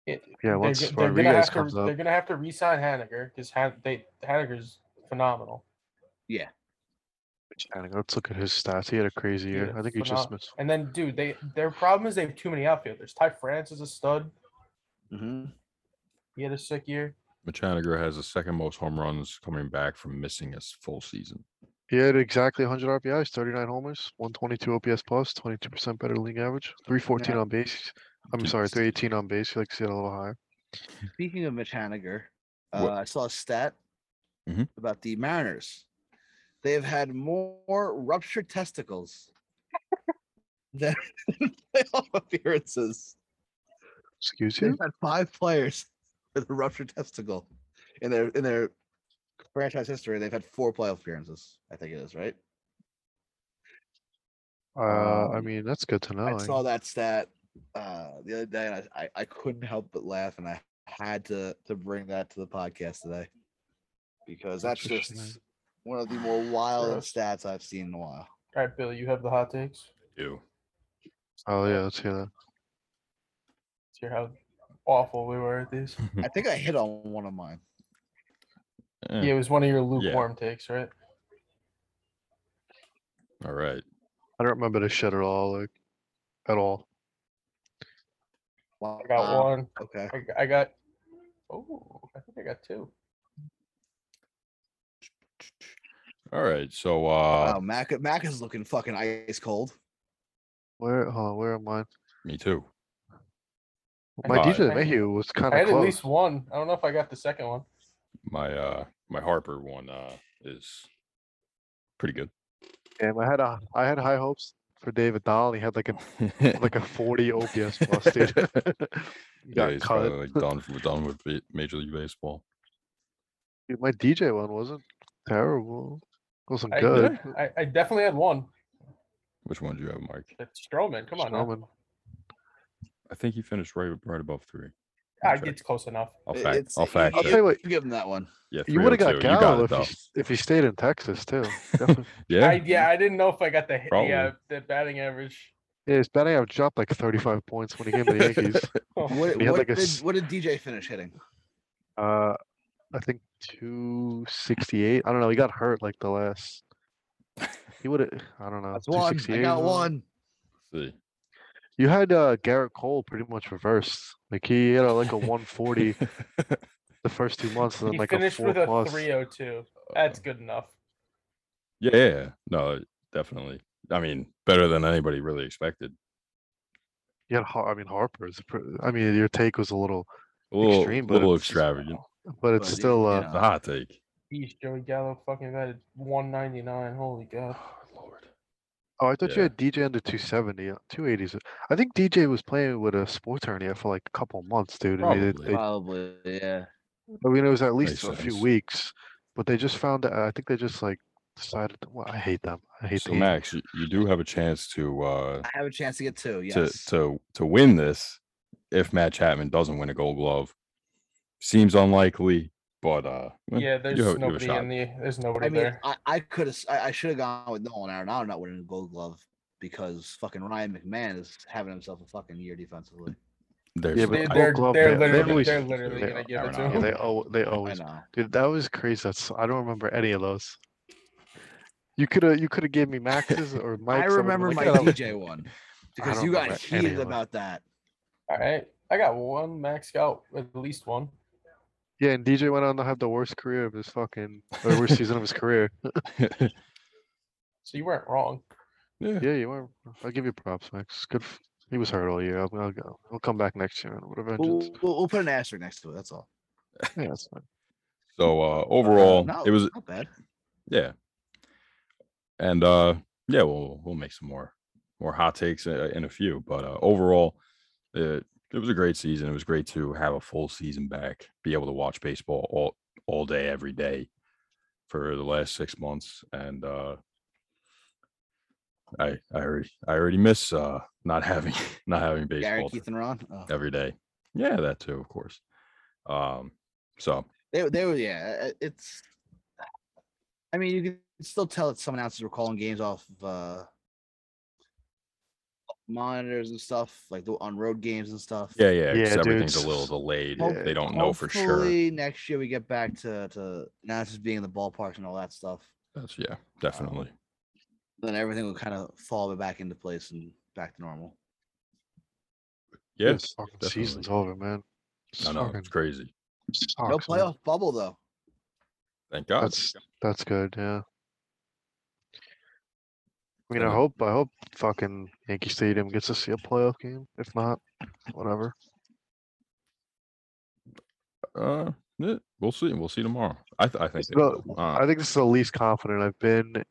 it- Yeah, they're once go- they're, gonna Rodriguez have to. comes They're up, gonna have to re-sign Haniger because Han, they Haniger's phenomenal, Channing, let's look at his stats. He had a crazy Dude, year. I think he just phenom- missed. and then dude, they their problem is they have too many outfielders. Ty France is a stud. Mm-hmm. hmm He had a sick year. Machaniger has the second most home runs coming back from missing a s- full season. He had exactly 100 RBIs, 39 homers, 122 OPS plus, 22% better than league average, 314 on base. I'm Dude, sorry, s- 318 on base. You like to see it a little higher. Speaking of Mitch Haniger, What- uh, I saw a stat Mm-hmm. Mhm. about the Mariners. They have had more ruptured testicles [laughs] than [laughs] playoff appearances. Excuse They've you? had five players [laughs] with a ruptured testicle in their in their franchise history. They've had four playoff appearances. I think it is right. Uh, I Um, mean, that's good to know. I saw that stat uh, the other day, and I, I, I couldn't help but laugh, and I had to to bring that to the podcast today because that's Interesting. just one of the more wild stats I've seen in a while. All right, Billy, you have the hot takes. Ew. Oh, yeah, let's hear that. Let's hear how awful we were at these. Hmm. I think I hit on one of mine. Eh, Yeah, it was one of your lukewarm takes, right? All right. I don't remember the shit at all, like, at all. Wow. I got one. Uh, Okay. I, g- I got. Oh, I think I got two. All right. So Wow, uh Mac Mac is looking fucking ice cold. Where, hold on, where am I? me too. I My got- DJ I- Mayhew was kind I of had at close. least one. I don't know if I got the second one. My uh my Harper one uh is pretty good. Damn, I had a, I had high hopes for David Dahl. and He had like [laughs] a, [laughs] like a 40 OPS plus, dude. [laughs] He yeah, got he's cut. [laughs] finally uh, done from done with ba- Major League Baseball. Dude, my DJ one wasn't terrible. Wasn't I, good. I, I definitely had one. Which one do you have, Mike? That's Stroman. Come on, now. Strowman. I think he finished right right above three. Ah, I'll check. it's close enough. I'll It- fact. it's- I'll fact. you, I'll check. tell you what- you give him that one. Yeah, You would have got 302. You got it, Gallo if he, though. s- if he stayed in Texas too. [laughs] Definitely. [laughs] yeah. I, yeah, I didn't know if I got the hit- Probably. yeah the batting average. yeah, his batting average dropped like 35 points when he came to the Yankees. [laughs] Oh, What, He had what like a did, s- what did DJ finish hitting? Uh, I think 268. I don't know. He got hurt like the last. He would have. I don't know. That's one. I 268 or got something. one. Let's see. You had uh, Garrett Cole pretty much reversed. Like he had a, like [laughs] a 140 the first two months, [laughs] and then he like a finished four with a plus. 302. Oh. That's good enough. Yeah, yeah, yeah. no, definitely. I mean, better than anybody really expected. You had Har- I mean Harper. Is pre- I mean your take was a little, A little, Extreme, but little it's- extravagant. but it's But, still. you Uh, It's know, a hot take. Beast Joey Gallo fucking batted 199. Holy god. Lord. Oh, I thought you Yeah. had DJ under 270, uh, 280s. I think DJ was playing with a sports hernia for like a couple months, dude. and Probably. they- they- Probably, yeah. I mean, it was at least Makes a few sense. weeks, but they just found out. I think they just like decided. Well, I hate them. I hate So the Max, you, you do have a chance to uh I have a chance to get two. Yes. to to to win this if Matt Chapman doesn't win a Gold Glove. Seems unlikely, but uh, well, Yeah, you there's have- you have a nobody shot. in the. There's nobody I mean, there. I, I could have. I, I should have gone with Nolan Arenado not winning a Gold Glove because fucking Ryan McMahon is having himself a fucking year defensively. There's Yeah, but I- Gold they're, Glove, they- they're they literally, always- they're literally they- gonna give it to Arenado. Yeah, him. they oh they I always know. dude that was crazy. That's I don't remember any of those. You could have you could have gave [laughs] me Max's or I Mike's. would've remember been my like, "Oh, DJ one because don't you got remember any heated of it. about that. All right, I got one maxed out, at least one. Yeah, and DJ went on to have the worst career of his fucking or worst season of [laughs] his career. So you weren't wrong. yeah, Yeah, you were. I'll give you props, Max. Good. f- He was hurt all year. I'll, I'll go. He'll come back next year with a We'll, vengeance. we'll, we'll put an asterisk next to it. That's all. Yeah, that's fine. So uh, Uh, overall, no, it was not bad. yeah, and uh, yeah, we'll we'll make some more more hot takes uh, in a few, but uh, overall, it it was a great season. It was great to have a full season back, be able to watch baseball all all day every day for the last six months, and uh, I I already I already miss uh not [laughs] having not having Gary, baseball Keith, and Ron. Oh. every day. Yeah, that too, of course. Um, so They, they were, yeah. uh, It's. I mean, you can still tell that some announcers were calling games off of uh, monitors and stuff, like the on road games and stuff. Yeah, yeah, Yeah, because dude, everything's s- a little delayed. yeah. They don't know for sure. Hopefully next year we get back to to announcers being in the ballparks and all that stuff. That's yeah, definitely. Then everything will kind of fall back into place and back to normal. Yeah, This fucking season's over, man. This I know fucking it's crazy. no sucks, man. playoff bubble though. Thank God. That's that's good, yeah. I mean, I Yeah. hope I hope fucking Yankee Stadium gets to see a playoff game. If not, whatever. uh, yeah, we'll see. We'll see tomorrow. I, th- I think. They No, will. Uh, I think this is the least confident I've been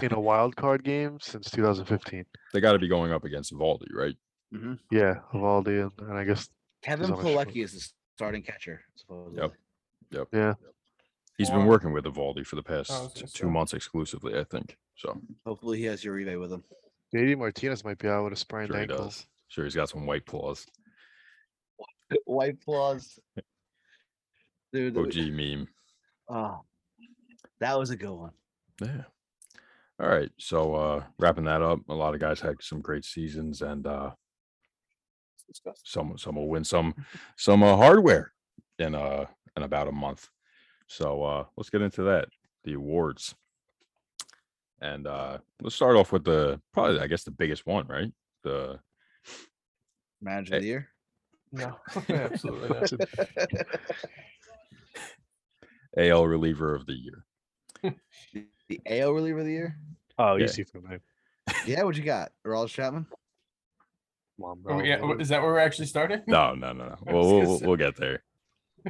in [laughs] a wild card game since 2015. they got to be going up against Valdi, right? Yeah, Valdi um, and, and I guess Kevin on a short- Pilecki is the starting catcher, supposedly. Yep. Yeah. He's been Yeah. working with Valdi for the past was t- gonna two say. months exclusively, I think. So Hopefully he has Uribe with him. JD Martinez might be out with a sprained sure he ankle. does. Sure, he's got some white claws. White [laughs] claws. Dude, OG meme. Oh, that was a good one. Yeah. All right. So uh wrapping that up, a lot of guys had some great seasons and uh [laughs] some some will win some some uh, hardware in uh in about a month. So uh let's get into that, the awards. And uh let's start off with the probably I guess the biggest one, right? The Manager of the year. No, [laughs] [laughs] absolutely not. AL reliever of [laughs] the year. The AL reliever of the year. Oh, Yeah. easy for me. Yeah, what you got? Ross Chapman. Come on, Oh, bro. yeah, what is that where we're actually starting? No, no, no, no. I We'll was gonna we'll, say- we'll get there.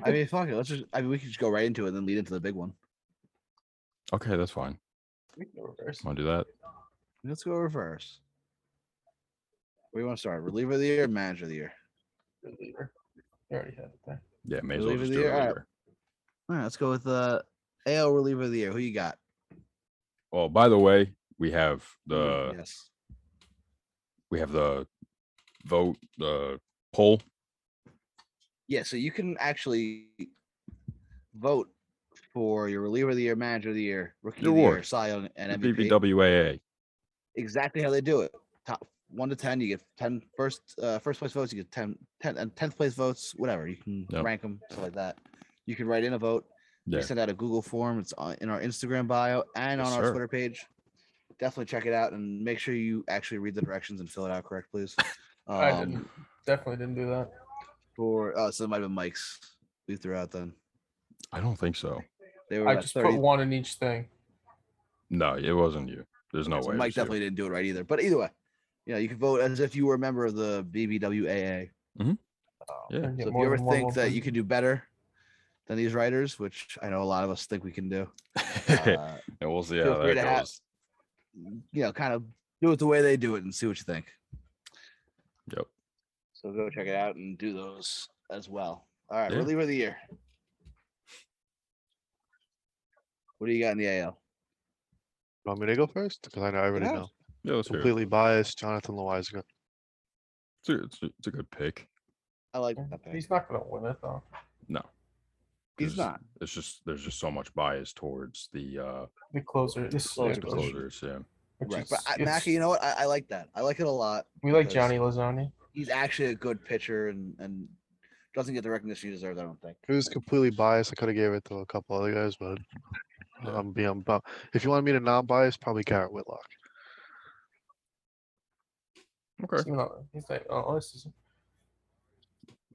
I mean, fuck it. Let's just. I mean, we could just go right into it and then lead into the big one. Okay, that's fine. [laughs] We can go reverse. Want to do that? Let's go reverse. Where do you want to start? Reliever of the year, manager of the year. Reliever. You already had it there. Yeah, may as well Reliever of just the do it. year? All right. later. All right, let's go with uh, AL reliever of the year. Who you got? Well, by the way, we have the Mm, yes. we have the vote the poll Yeah, so you can actually vote for your reliever of the year, manager of the year, rookie Your of the year, award. Cy Young, and MVP. BBWAA. exactly how they do it. Top one to ten, you get 10 first uh, first place votes. You get 10, 10 and tenth place votes. Whatever you can rank 'em, Yep. rank them like that. You can write in a vote. Yeah. We send out a Google form. It's on, in our Instagram bio and Yes, on our sir. Twitter page. Definitely check it out and make sure you actually read the directions and fill it out correct, please. [laughs] I Um, didn't. Definitely didn't do that. for oh, so it might have been Mike's we threw out then. I don't think so. They were I about just put 30. one in each thing. No, it wasn't you. There's no so way. it Mike was you. definitely didn't do it right either. But either way, you know, you can vote as if you were a member of the BBWAA. Yeah. Oh, I So can get if you more ever than one think vote that then. you can do better than these writers, which I know a lot of [laughs] us think we can do, uh, and we'll see feel how free that to have- goes. you know, kind of do it the way they do it and see what you think. Yep. So go check it out and do those as well. All right, Yeah. reliever of the year. What do you got in the AL? Want me to go first? Because I know I already Yeah. know. Yeah, let's hear it. Completely biased. Jonathan Loizaga. It's a, it's, a, it's a good pick. I like Yeah, that pick. He's not gonna win it though. No, He's 'cause not. It's just there's just so much bias towards the uh The closer, this is Closer the position. closers. Yeah, which Right. is- But I, it's- Mackey, you know what? I, I like that. I like it a lot. we like because Johnny Lozani. He's actually a good pitcher and and doesn't get the recognition he deserves, I don't think. It was completely biased. I could have gave it to a couple other guys, but Yeah. I'm being bu- If you want me to non bias, probably Garrett Whitlock. Okay. Even though He's like, oh, this is.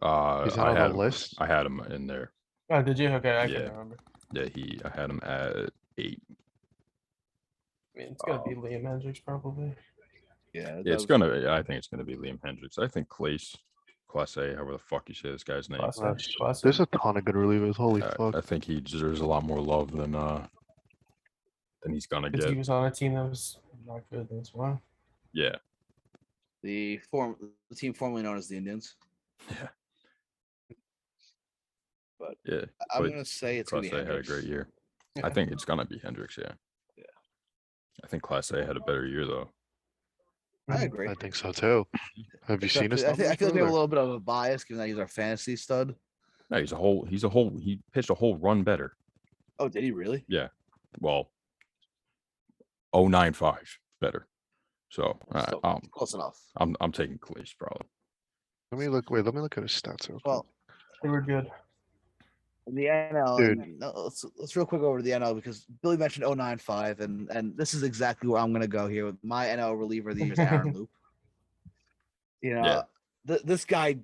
Uh, He's I not had on the him, list. I had him in there. Oh, did you? Okay, I Yeah. can't remember. Yeah, he. I had him at eight. I mean, it's gonna be Oh. Liam Hendricks probably. Yeah. Yeah, it's gonna. I think it's gonna be Liam Hendricks. I think Clase, Class A, however the fuck you say this guy's name. Last Uh, name, last There's name. a ton of good relievers. Holy I- fuck. I think he deserves a lot more love than uh than he's gonna Because he get. was on a team that was not good. That's why. Yeah, the form the team formerly known as the Indians. yeah. I'm But gonna say it's gonna Class be A had a Hendricks. great [laughs] year. I Yeah. think it's gonna be Hendricks. Yeah. Yeah. I think Class A had a better year though. I agree. I think so too. Have Mm-hmm. you seen Except I, think, his I numbers, feel like we have a brother? little bit of a bias given that he's our fantasy stud. No, he's a whole. He's a whole. He pitched a whole run better. Oh, did he really? Well, 095 better. So I So, um, close enough. I'm I'm taking Clase probably. Let me look. Wait, let me look at his stats. Real quick. Well, They were good. in the NL, Dude. and- no, let's let's real quick over to the NL because Billy mentioned 095, and and this is exactly where I'm gonna go here with my NL reliever of the year, is [laughs] Aaron Loop. You know, Yeah. th- this guy,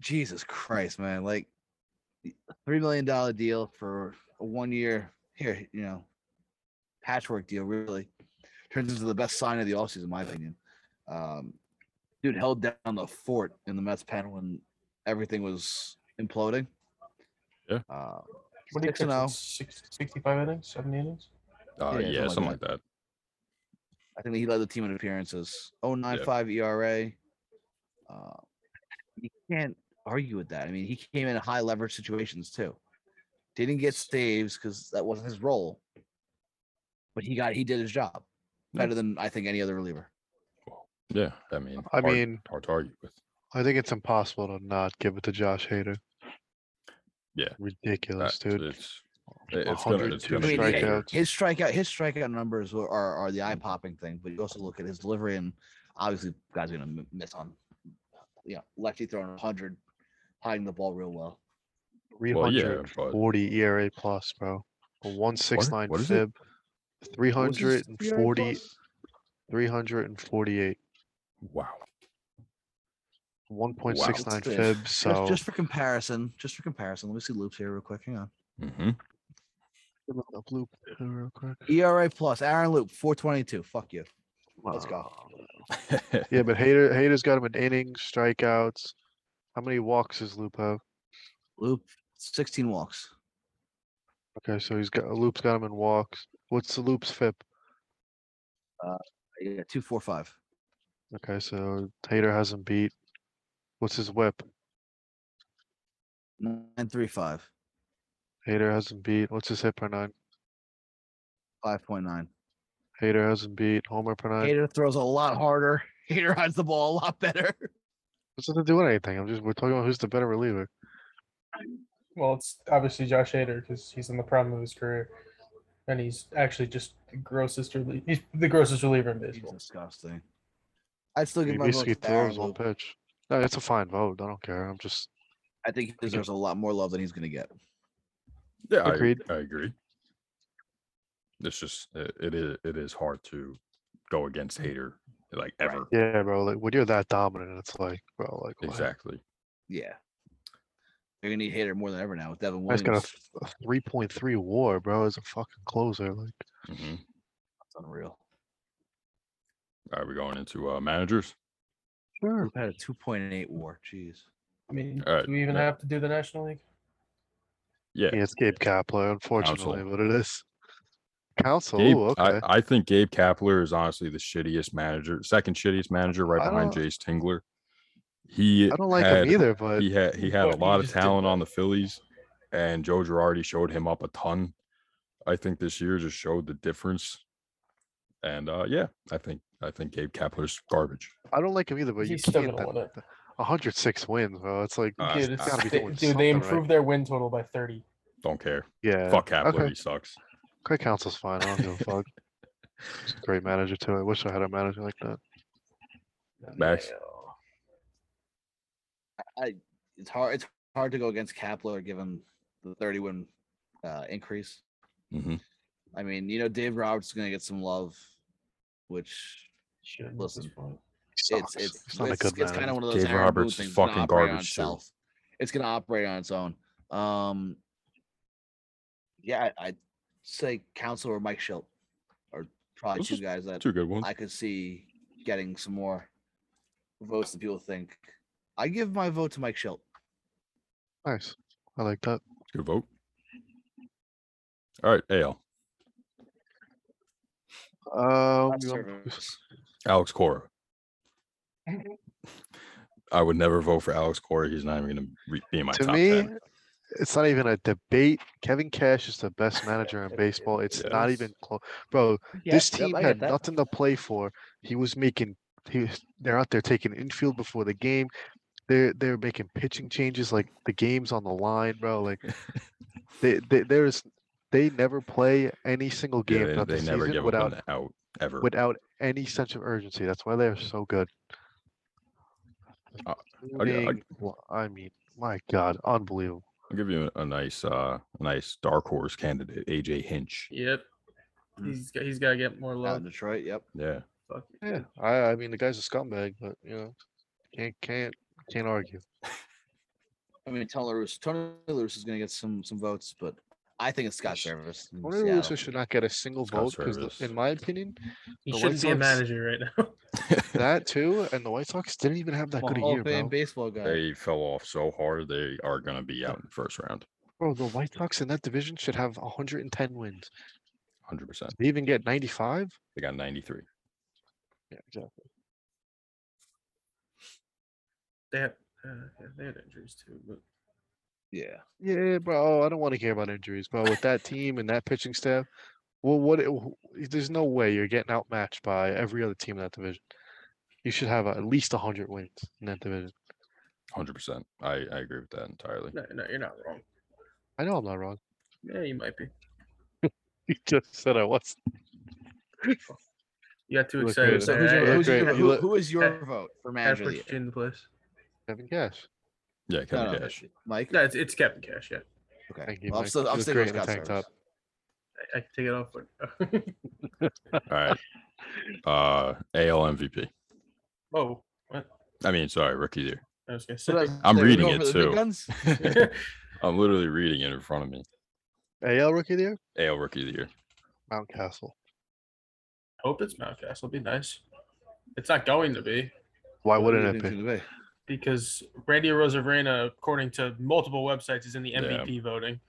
Jesus Christ, man, like three million dollar deal for a one year here, you know, patchwork deal really turns into the best sign of the offseason, in my opinion. Um, dude held down the fort in the Mets pen when everything was imploding. Yeah. Uh, What six do you and pitch in oh. Six, 65 innings, 70 innings. Uh, Yeah, something yeah, like something like that. I think he led the team in appearances. 0.95 ERA. E Uh, you can't argue with that. I mean, he came in high leverage situations too. Didn't get saves because that wasn't his role, but he got he did his job Yeah. better than I think any other reliever. Yeah, I mean, I hard- mean, hard to argue with. I think it's impossible to not give it to Josh Hader. Yeah. Uh, Ridiculous, dude. It's, it- it's gonna, it's 102 gonna I be mean, strikeouts. Hader. his strikeout his strikeout numbers were, are are the eye popping thing, but you also look at his delivery and obviously guys are gonna m- miss on you know lefty throwing hundred, hiding the ball real well. Well, yeah, but 340 ERA E plus, bro. A 169 What is it? fib. What was his 340 340, plus? 348, wow, 1.69 Wow. fib. So Just, just for comparison, just for comparison, let me see loops here real quick. Hang on. hmm Let me look up loop here real quick. ERA E plus Aaron Loop, 422. Fuck you. Let's go. Wow. [laughs] Yeah, but Hader, Hader's got him in innings, strikeouts. How many walks is Loop have? Loop, 16 walks. Okay, so he's got Loop's got him in walks. What's the Loop's FIP? Yeah, 245. Okay, so Hader hasn't beat. What's his whip? 935. Hader hasn't beat. What's his hit per nine? 5.9. Hader hasn't beat. Homer per nine. Hater throws a lot harder. [laughs] Hater hides the ball a lot better. What's it to do with anything? I'm just we're talking about who's the better reliever. Well, it's obviously Josh Hader because he's in the prime of his career, and he's actually just the grossest reliever. He's the grossest reliever in He's baseball. disgusting. I'd still give he my vote basically to Aaron throws one Loop. pitch. No, it's a fine vote. I don't care. I'm just I think he deserves a lot more love than he's going to get. yeah, I, Agreed. I agree. It's just it, it is it is hard to go against Mm-hmm. Hater like Right. ever. yeah, bro. Like when you're that dominant, it's like, bro, like what? Exactly. Yeah. They're going to need Hater more than ever now with Devin Guy's Williams. got a, th- a 3.3 WAR, bro. As a fucking closer, like Mm-hmm. hmm It's unreal. Are we going into uh, managers? sure. Loop had a 2.8 war. Jeez. I mean, All right, do we even yeah. have to do the National League? Yeah, Yeah, it's Gabe Kapler, unfortunately, Absolutely. but it is. Council. Gabe, ooh, okay. I, I think Gabe Kapler is honestly the shittiest manager, second shittiest manager, right I behind don't- Jace Tingler. He I don't like had, him either, but He had he had But a he lot of just did talent that. on the Phillies, and Joe Girardi showed him up a ton. I think this year just showed the difference. And uh, yeah, I think I think Gabe Kapler's garbage. I don't like him either. But you He's still can't. gonna that- win it. that- 106 wins, bro. It's like, Uh, eh? Dude, I- it's, gotta be they, doing dude they something improved right. their win total by 30. Don't care. yeah. Fuck Kapler, okay. he sucks. Craig Council's fine. I don't [laughs] give a fuck. He's a great manager too. I wish I had a manager like that. Max? I it's hard it's hard to go against Kapler given the 30 win uh, increase. Mhm. I mean, you know, Dave Roberts is going to get some love, which Shit, at Listen. this point. He it's sucks. it's He's not a it's, good it's kind manager. of one of those Dave Aaron Boone Roberts is things. It's gonna fucking operate on garbage, too. itself. It's going to operate on its own. Um, yeah, I, I'd say Council or Mike Schilt are probably Those two are guys that Two good ones. I could see getting some more votes than people think. I give my vote to Mike Schilt. Nice. I like that. Good vote. All right, AL. Um, That's you want- service. Alex [laughs] Cora. I would never vote for Alex Cora. He's not even going to re- be in my to top me, 10. it's not even a debate. Kevin Cash is the best [laughs] manager in baseball. It's not Yes. even close, bro. this team I had get that. nothing to play for. He was making. He was, they're out there taking infield before the game. They're they're making pitching changes like the game's on the line, bro. [laughs] Like they, they there is they never play any single Yeah, game they- throughout they the never season give without up an out ever. without any sense of urgency. That's why they're so good. Uh, I- Including Wa- I mean, my God, unbelievable. I'll give you a, a nice, uh, a nice dark horse candidate, AJ Hinch. Yep. Hmm. Mm. He's got, he's got to get more Out in love. Detroit, yep. Yeah, Fuck it. Yeah, I, I mean the guy's a scumbag, but you know, can't can't can't argue. I mean, Tony La Russa, Tony La Russa is going to get some some votes, but I think it's Scott Sh- Service. Tony La Russa should not get a single Scott vote because, Service. in my opinion, He The White shouldn't be a Sox- manager right now. [laughs] [laughs] that too, and the White Sox didn't even have that good a Hall year, of Fame bro. baseball guy. they fell off so hard they are going to be out in the first round, Bro, the White Sox in that division should have 110 wins. hundred percent. They even get 95. They got ninety three. Yeah, exactly. they have, uh, yeah, they had injuries too. But yeah. Yeah, bro. I don't want to hear about injuries, bro. With that team and that pitching staff, well, what? it- w- There's no way you're getting outmatched by every other team in that division. You should have at least 100 wins in that division. Hundred percent. I I agree with that entirely. no, no, you're not wrong. I know I'm not wrong. [laughs] Yeah, you might be. You just said I was. You got too Look excited. good. So there. who's I- I- your, who's look your, great. I- who, look- who is your Half- vote for I manager of the put year? you in the place. Kevin Cash. Yeah, Kevin no, Cash. Mike? No, it's, it's Kevin Cash. Yeah, Okay. Thank you, well, I'm Mike. still, He I'm was sticking with great in Scott the tank Service. top. I, I can take it off. But... [laughs] All right. [laughs] Uh, AL MVP. Whoa, what? I mean, sorry, rookie year. Oh, I was gonna say. So that's- I'm there we reading go it for the big too. guns? [laughs] [laughs] I'm literally reading it in front of me. AL rookie of the year? AL Rookie of the Year. Mount Castle. hope it's Mountcastle. It'll be nice. It's not going to be Why Who do you wouldn't it think's be? gonna be? because Randy Rosarena, according to multiple websites, is in the Yeah. MVP voting.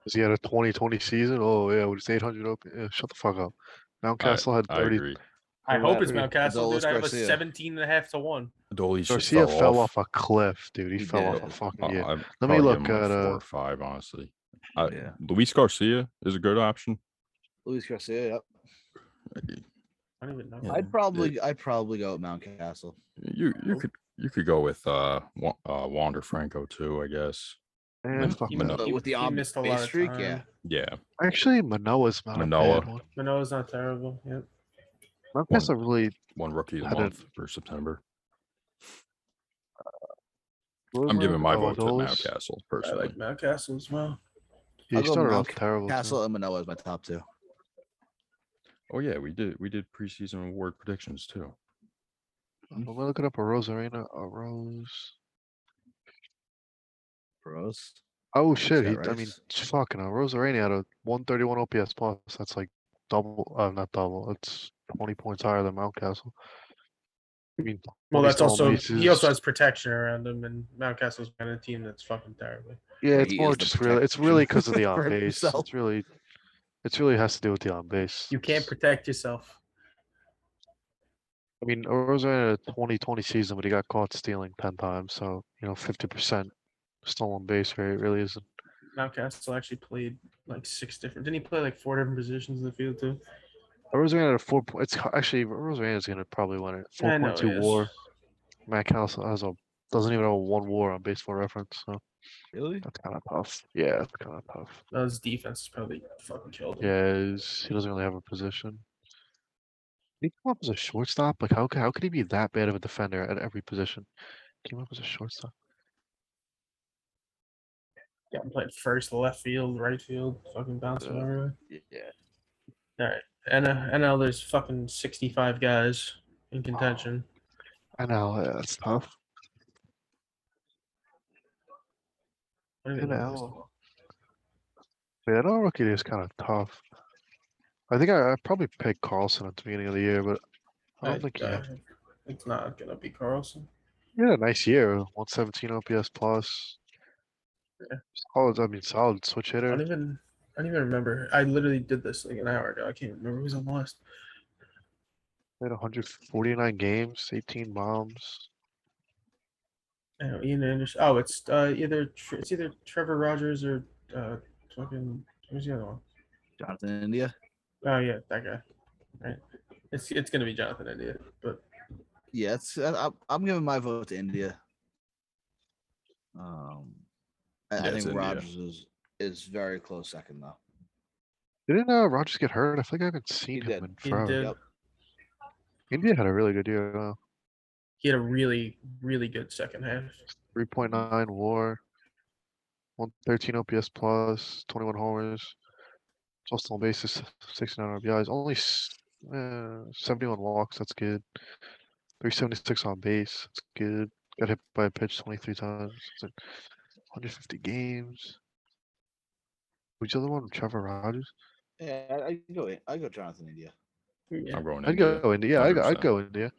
Because he had a 2020 season. Oh, yeah, with his 800 open. Yeah, shut the fuck up. Mount Castle had I 30. agree. I Who hope it's that- Mountcastle, Adolis dude. I have a Garcia. 17 and a half to one. Dolly Garcia fell off. a cliff, dude. He, He fell off did. a fucking yeah. I'd Let me probably give look him, like, at, four uh, or five, honestly. I- yeah. Luis Garcia is a good option. Luis Garcia, yep. I don't even know. Yeah. I'd probably I'd probably go with Mount Castle. You you could you could go with uh, Wa- uh Wander Franco too, I guess. Eh, Mano- fuck He- Mano- Manoa. But with the he on missed a base lot of streak, time. yeah. Yeah, Actually, Manoa's not a bad Manoa. one. Manoa's not terrible. Yep. Mount One. Castle really. one rookie of I the don't- month for September. what was I'm my giving other- my oh, vote to Adolis. Mountcastle I personally. like Mountcastle as well. He I'll go started off Mount terrible. too. Castle and Manoa is my top two. Oh yeah, we did we did preseason award predictions too. I'm looking up a Rosarena. A Rose. Bros. Oh shit! got He, I mean, rice. fucking uh, Rosarani had a 131 OPS plus. That's like double, uh, not double. That's 20 points higher than Mountcastle. I mean, Well, 20 that's stolen also he also bases. has protection around him, and Mountcastle's got a team that's fucking terrible. yeah. Yeah, It's he more is the just really, it's protection really because of the on for base. himself. It's really It really has to do with the on base. You can't It's- protect yourself. I mean, Orozco had a 2020 season, but he got caught stealing 10 times. So, you know, 50% stolen base rate really isn't. Mountcastle actually played like six different. Didn't he play like four different positions in the field too? Orozco had a four. po- It's h- actually Orozco is going to probably win it. I know 4.2 he is. war. Matt Castle has a doesn't even have a one war on baseball reference. So Really? that's kind of tough. Yeah, it's kind of tough. No, his defense is probably fucking killed. him. Yeah, he's- he doesn't really have a position. Did he come up as a shortstop? Like how c- how could he be that bad of a defender at every position? Came up as a shortstop. Yeah, I'm playing first, left field, right field, fucking bouncing Yeah. everywhere. Yeah. All right, and uh, and now there's fucking 65 guys in contention. I know yeah, that's tough. What do you Good mean, first hell. of all? Yeah, no rookie is kind of tough. I think I, I probably picked Carlson at the beginning of the year, but I don't Like, think he uh, had, it's not gonna be Carlson. he had a nice year. 117 OPS plus. Yeah. Solid, I mean, solid switch I don't hitter. even I don't even remember. I literally did this like an hour ago. I can't remember who's on the list. Played 149 games, 18 bombs. I know, Ian Anderson. Oh, it's uh, either Tr- it's either Trevor Rogers or uh, fucking who's the other one? Jonathan India. Oh yeah, that guy. Right. It's it's gonna be Jonathan India, but Yeah, it's, I, I'm- I'm giving my vote to India. Um, I, I Yeah, it's think India. Rogers is is very close second though. Didn't uh, Rogers get hurt? I feel like I haven't seen him did. in he forever. did. Yep. India had a really good year. Uh, He had a really really good second half. 3.9 war, 113 OPS plus, 21 homers, 12 stolen bases, 69 RBIs, only s- uh, 71 walks. That's good. 376 on base. That's good. Got hit by a pitch 23 times. It's like 150 games. Which other one? Trevor Rogers? Yeah, I, I go. I go Jonathan India. Yeah. I'm Um, going I'd India. go India. Yeah, I'd, I'd 100%. go India.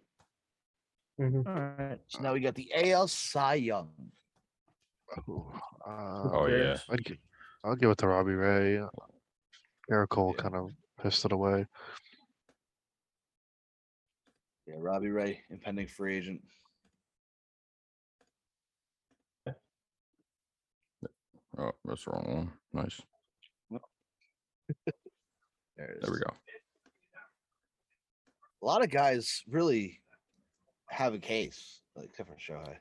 Mm-hmm. All right. So now we got the AL Cy Young. Ooh, uh, Oh yeah. Bears. I'd gi- I'll give it to Robbie Ray. uh, Garrett Cole kind of pissed it away. Yeah, Robbie Ray, impending free agent. Oh, that's the wrong one. Nice. There it is. There we go. A lot of guys really have a case, like, eh? except for Shohei.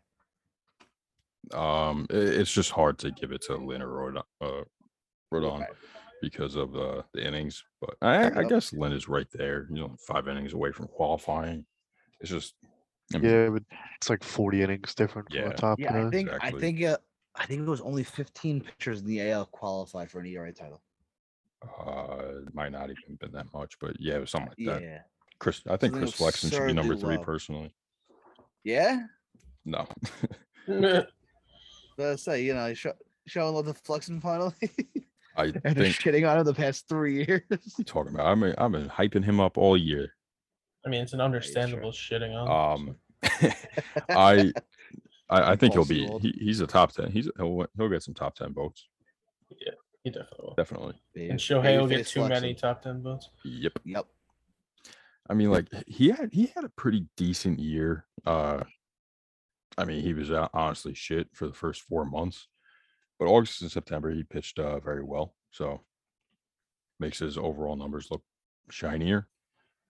Um, i- it's just hard to give it to Lynn or Rodon, uh, Rodon Right. because of uh, the innings. But I, I Yep. guess Lynn is right there. You know, five innings away from qualifying. It's just, I mean, Yeah, but it's like 40 innings different from Yeah. the top. Yeah, I guy. think I Exactly. think uh, I think it was only 15 pitchers in the AL qualified for an ERA title. uh, it might not even been that much. But yeah, it was something like Yeah, that. Chris, I think Something Chris Flexen should be number absurdly low. three personally. yeah. No, [laughs] But I say, you know, Sho- showing love to Flexen finally [laughs] I after think shitting on him the past three years. [laughs] talking about. I mean, I've been hyping him up all year. [laughs] I mean, it's an understandable shitting on. him, Um, [laughs] [laughs] I, I, I think he'll be. Impossible. He, he's a top ten. He's he'll win- he'll get some top ten votes so he definitely will. definitely. Baby- And Shohei will get babyface too many Flexen. top ten votes. Yep. Yep. I mean, like he had he had a pretty decent year. Uh, I mean, he was uh, honestly shit for the first four months, but August and September he pitched uh, very well, so makes his overall numbers look shinier.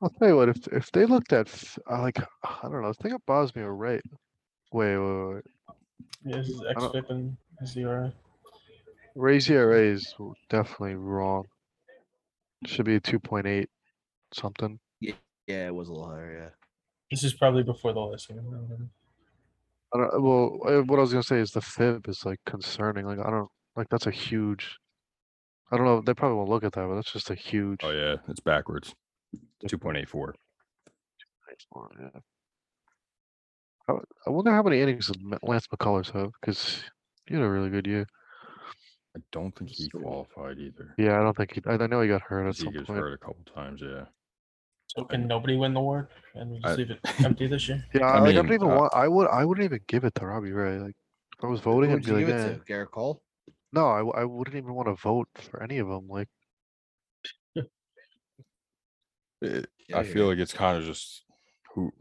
I'll tell you what, if if they looked at f- uh, like I don't know, think of Bosnia right. Wait, wait, wait. Yeah, this is X Fip and Zero. Raise ERA is w- definitely wrong. Should be two point eight something. Yeah, it was a little higher. This is probably before the last game. I don't, well, uh, what I was gonna say is the fib is like concerning. Like I don't like that's a huge. I don't know. They probably won't look at that, but that's just a huge. Oh yeah, it's backwards, two point eight four. Nice one, yeah. I, w- I wonder how many innings M- Lance McCullers have because he had a really good year. I don't think he So- qualified either. Yeah, I don't think he. I, I know he got hurt at He some gets point. hurt a couple times. Yeah, So can nobody win the award? And we I- just [laughs] leave it empty this year. Yeah, I I, like, I mean, don't even uh, want. I would. I wouldn't even give it to Robbie Ray. Like, if I was voting, I'd be like, eh. Garrett Cole. no, I, w- I wouldn't even want to vote for any of them. Like, Eh, It, Yeah, I hear feel you. like it's kind of just who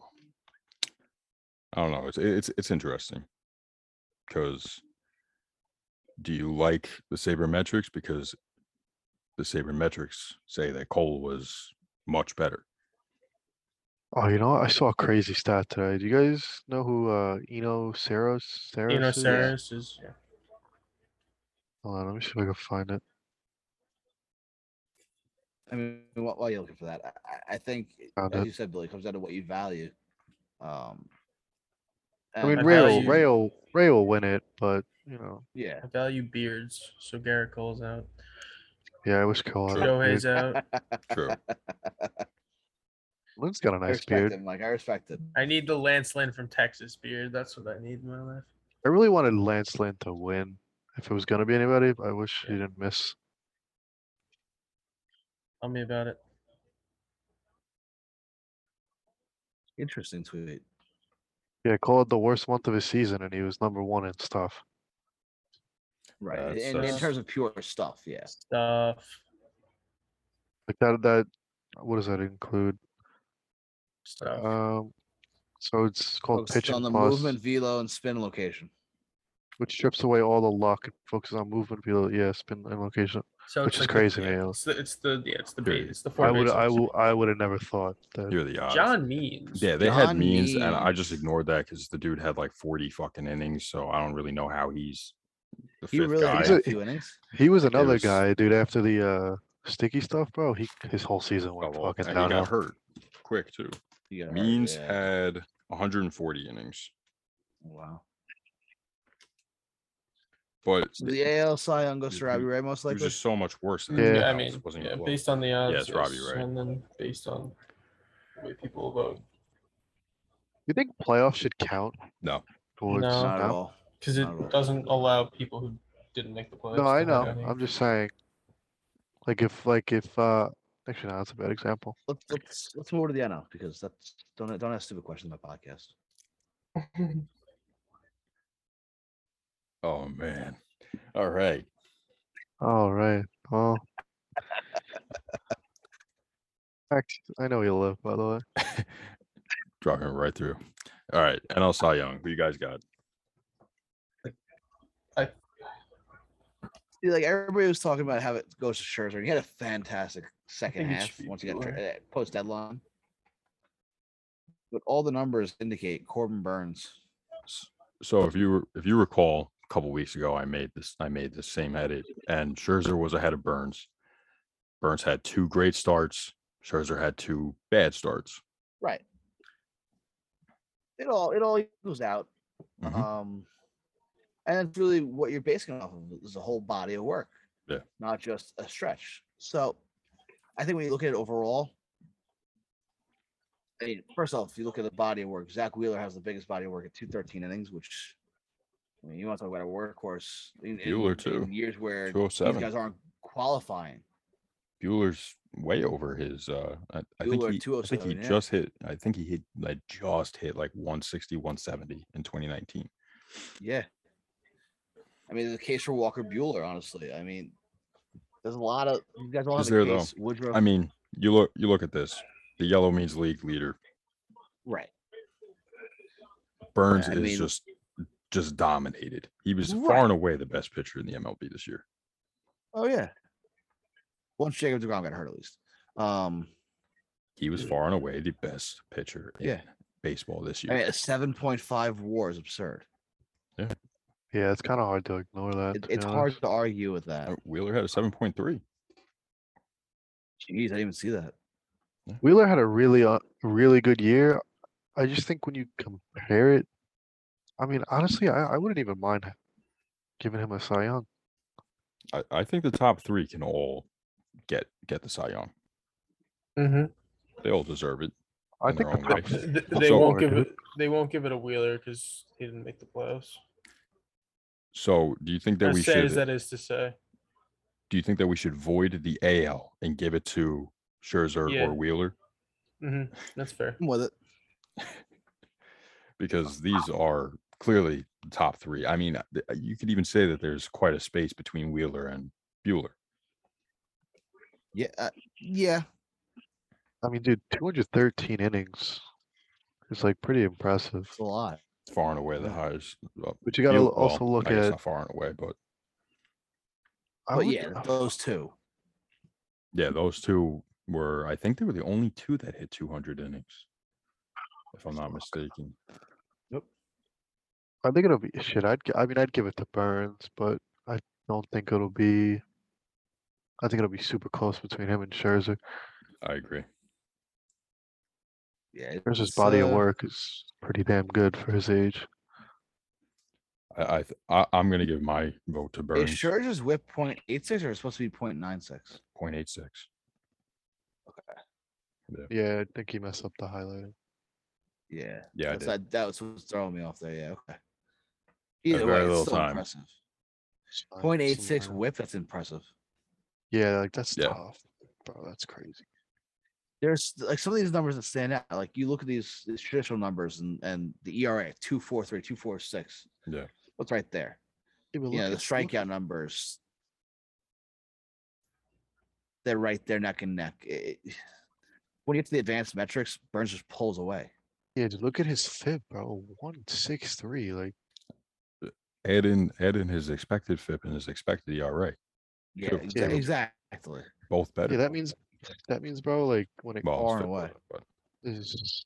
I don't know. It's it's it's interesting because do you like the sabermetrics because the sabermetrics say that Cole was much better? Oh, you know, what? I saw a crazy stat today. Do you guys know who uh Eno Saros Saros? You know, is? Saris is yeah. Hold on, let me see if I can find it. I mean, while, while you're looking for that, I- I, I think, Uh, Found as it. you said, Billy, it comes down to what you value. Um, I and mean, I Ray will, value- Ray will, Ray will win it, but you know, Yeah. I value beards, so Garrett Cole's out. yeah, I wish Cole had a True. beard. Shohei's [laughs] out. True. Lynn's got a I nice respect beard. him. Like I respect it. I need the Lance Lynn from Texas beard. That's what I need in my life. I really wanted Lance Lynn to win. If it was gonna be anybody, I wish he didn't miss. Tell me about it. Interesting tweet. Yeah, Cole had the worst month of his season, and he was number one in stuff. Right. Uh, in, in so- terms of pure stuff, yeah. Stuff. Like that, that what does that include? Stuff. Um, so it's called Focused pitch on and the plus, movement, velo, and spin location. which strips away all the luck and focuses on movement, feel yeah, spin and location. so it's which is like the- crazy, man. It's the, it's the yeah, it's the Period. bait. It's the I four. would, bases. I will, I would have never thought that. You're the odds. John Means. Yeah, they had John means, and I just Means. ignored that because the dude had like 40 fucking innings, so I don't really know how he's the He fifth really guy. had He's a a- few innings. He was another was- guy, dude. After the uh, sticky stuff, bro, he his whole season Oh, went well, and fucking he got downhill. hurt quick too. He got hurt, Means yeah. had 140 innings, Wow. but So the AL Cy Young goes He- to Robbie he- Ray most It was likely. just so much Mm, worse. than Yeah. everything Yeah, I else. mean, It wasn't yeah, even close. based on the odds. it's Robbie yes, Ray. And then based on the way people vote. You think playoffs should count? No. Towards No. Not at no? all. Because Not at all. it doesn't allow people who didn't make the playoffs. No, I to have know. any- I'm just saying. Like if like if uh actually no, that's a bad example. Let's let's let's move to the NL because that's don't don't ask stupid questions on my podcast. Oh man. All right. All right. Well Act- I know you live, by the way. Dropping it right through. All right. NL Cy Young. Who you guys got? See, like everybody was talking about how it goes to Scherzer. and He had a fantastic second think it half should be once he got Bueller. tra- post deadline. But all the numbers indicate Corbin Burns. So if you were- if you recall, a couple weeks ago, I made this I made this same edit, and Scherzer was ahead of Burns. Burns had two great starts. Scherzer had two bad starts. Right. It all it all goes out. Mhm. Um, and it's really what you're basing it off of is a whole body of work, Yeah. not just a stretch. So, I think when you look at it overall, I mean, first off, if you look at the body of work, Zach Wheeler has the biggest body of work at 213 innings, which I mean, you want to talk about a workhorse. In, in- Bueller, too. in years where these 207. guys aren't qualifying. Bueller's way over his. Uh, I, I think Bueller, he, I think he 207, yeah. just hit. I think he hit like just hit like 160, 170 in 2019. Yeah. I mean, the case for Walker Bueller, honestly. I mean, there's a lot of you guys all have Is a there, though? case. Woodruff, I mean, you look you look at this. The yellow means league leader. right? Burns I is mean- just just dominated. He was Right. far and away the best pitcher in the MLB this year. Oh yeah. Once Jacob Degrom got hurt, at least. Um, He was far and away the best pitcher in Yeah. baseball this I year. mean, a seven point five WAR is absurd. Yeah, it's kinda hard to ignore that. It, to be it's honest. hard to argue with that. Uh, Wheeler had a 7.3. Jeez, I didn't even see that. Wheeler had a really uh, really good year. I just think when you compare it, I mean honestly I, I wouldn't even mind giving him a Cy Young. I, I think the top three can all get get the Cy Young. mm-hmm. They all deserve it. I In their think the own top way. th- Th- I'm they so won't bored, give dude. it. They won't give it a Wheeler because he didn't make the playoffs. So do you think that As we sad should as that is to say, do you think that we should void the AL and give it to Scherzer Yeah. or Wheeler? hmm Mm-hmm. that's fair. I'm with it. Because these are clearly the top three. I mean, th- you could even say that there's quite a space between Wheeler and Bueller. Yeah, uh, yeah. I mean, dude, 213 innings is like pretty impressive. It's a lot. Far and away the Yeah. highest. uh, But you got to field- well, also look I guess at. not far and away, but I but would- uh, yeah, those two. yeah, those two were. I think they were the only two that hit 200 innings, if I'm not mistaken. I think it'll be shit. I'd gi- I mean I'd give it to Burns, but I don't think it'll be. I think it'll be super close between him and Scherzer. I agree. Yeah, it- Scherzer's it's, body of uh, work is pretty damn good for his age. I, I, th- I I'm gonna give my vote to Is Burns. Scherzer's whip point eight six or it's supposed to be point nine six? 0.86. Yeah, I think he messed up the highlighting. Yeah. Yeah, I That's did. that, that was what's throwing me off there. Yeah, okay. Either very way, it's little still time. impressive. It's fine, Point eight it's in six there. whip, that's impressive. Yeah, like that's Yeah. tough, bro. That's crazy. There's like some of these numbers that stand out. Like you look at these, these traditional numbers and and the ERA two four three two four six. Yeah. what's right there? Yeah, but Yeah, look the at- look- strikeout numbers. They're right there, neck and neck. It- it- when you get to the advanced metrics, Burns just pulls away. Yeah, dude, look at his FIP, bro. One six three. Like add in add in his expected FIP and his expected ERA, Yeah, True, exa- yeah. exactly. both better. yeah, that means that means, bro. Like when it Well, his far FIP and away. better, but- is just.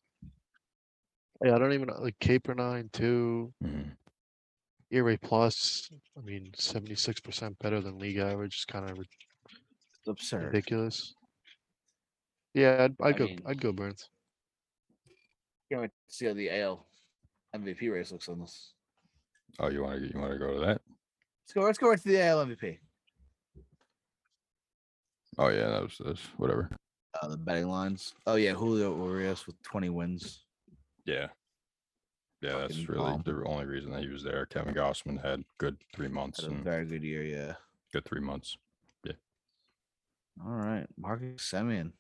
Yeah, I don't even know, like Caper nine two. Mhm. ERA plus, I mean, seventy-six percent better than league average is kind of It's absurd. ridiculous. Yeah, I'd, I'd I go. mean- I'd go Burns. Can't wait to see how the AL MVP race looks on this. Oh, you want to you want to go to that? Let's go. Let's go right to the AL MVP. Oh yeah, that was this. Whatever. Uh, the betting lines. Oh yeah, Julio Urias with 20 wins. Yeah. Yeah, that's Fucking really bomb. the only reason that he was there. Kevin Gossman had good three months Had a and very good year. Yeah. good three months. All right, Marcus Semien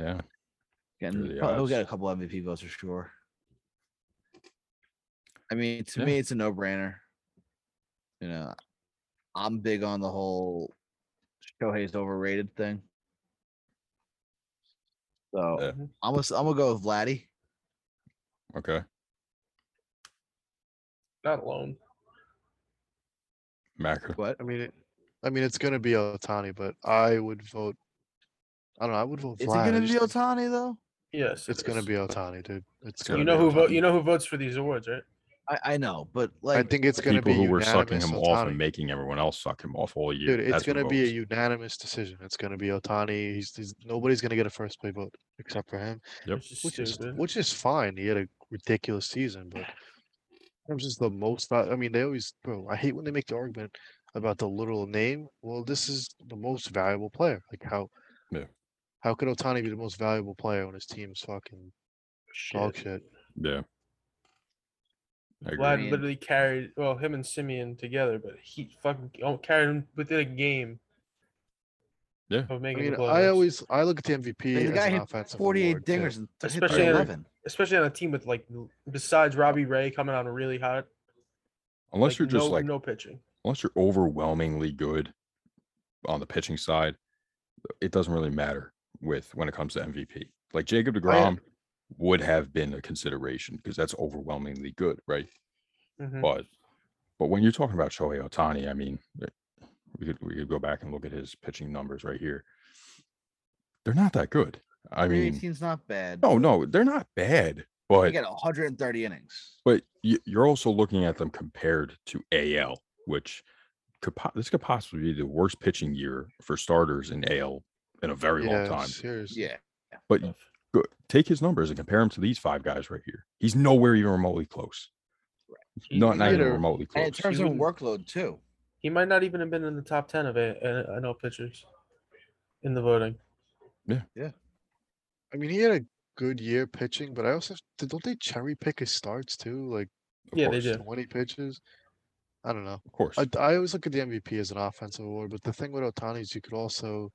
Yeah. getting. the probably- He'll odds. get a couple MVP votes for sure. I mean, to Yeah. me, it's a no-brainer. You know, I'm big on the whole Shohei's overrated thing. So Yeah. I'm gonna s- I'm gonna go with Vladdy. Okay. Not alone. Macro. What? I mean, it, I mean, it's gonna be Otani, but I would vote. I don't know. I would vote. Is Vlad. it I gonna be just think Otani though? Yes. It's gonna be Otani, dude. It's gonna You gonna. know be who Otani. vote? You know who votes for these awards, right? I, I know, but Be, like I think it's gonna People be who were sucking unanimous him off and Ohtani. making everyone else suck him off all year. Dude, it's That's who gonna be a votes. unanimous decision. It's gonna be Otani. He's, he's nobody's gonna get a first play vote except for him. Yep. Which is which is stupid. which is fine. He had a ridiculous season, but I'm just the most. val- I mean, they always, bro. I hate when they make the argument about the literal name. Well, this is the most valuable player. Like how, Yeah. how could Otani be the most valuable player when his team's fucking dog shit? Yeah. I agree. mean- Vlad literally carried well him and Simeon together, but he fucking oh, carried him within a game. Yeah. Of I making mean, the I playoffs. always I look at the MVP. Like, the as guy an hit offensive 48 award, too. dingers and t- hit Especially- 11. especially on a team with like l- besides Robbie Ray coming on really hot. Unless like, you're just no, like no pitching. unless you're overwhelmingly good on the pitching side, it doesn't really matter with when it comes to MVP. Like Jacob DeGrom would have been a consideration because that's overwhelmingly good, right? Mm-hmm. Mhm. But but when you're talking about Shohei Otani, I mean, it- we could we could go back and look at his pitching numbers right here. They're not that good. I mean, 18's not bad. no, no, they're not bad, He but got 130 innings. but y- you're also looking at them compared to AL, which could po- this could possibly be the worst pitching year for starters in AL in a very yeah, long time. Seriously. Yeah. But you go, take his numbers and compare him to these five guys right here. He's nowhere even remotely close. He- Not he not might- even either- remotely And close. in terms of wouldn't- workload, too. He might not even have been in the top ten of a, a, NL pitchers in the voting. I mean, he had a good year pitching, but I also don't they cherry pick his starts too? Like of yeah, they course, do. twenty pitches. I don't know. Of course. I, I always look at the MVP as an offensive award, but the thing with Otani is you could also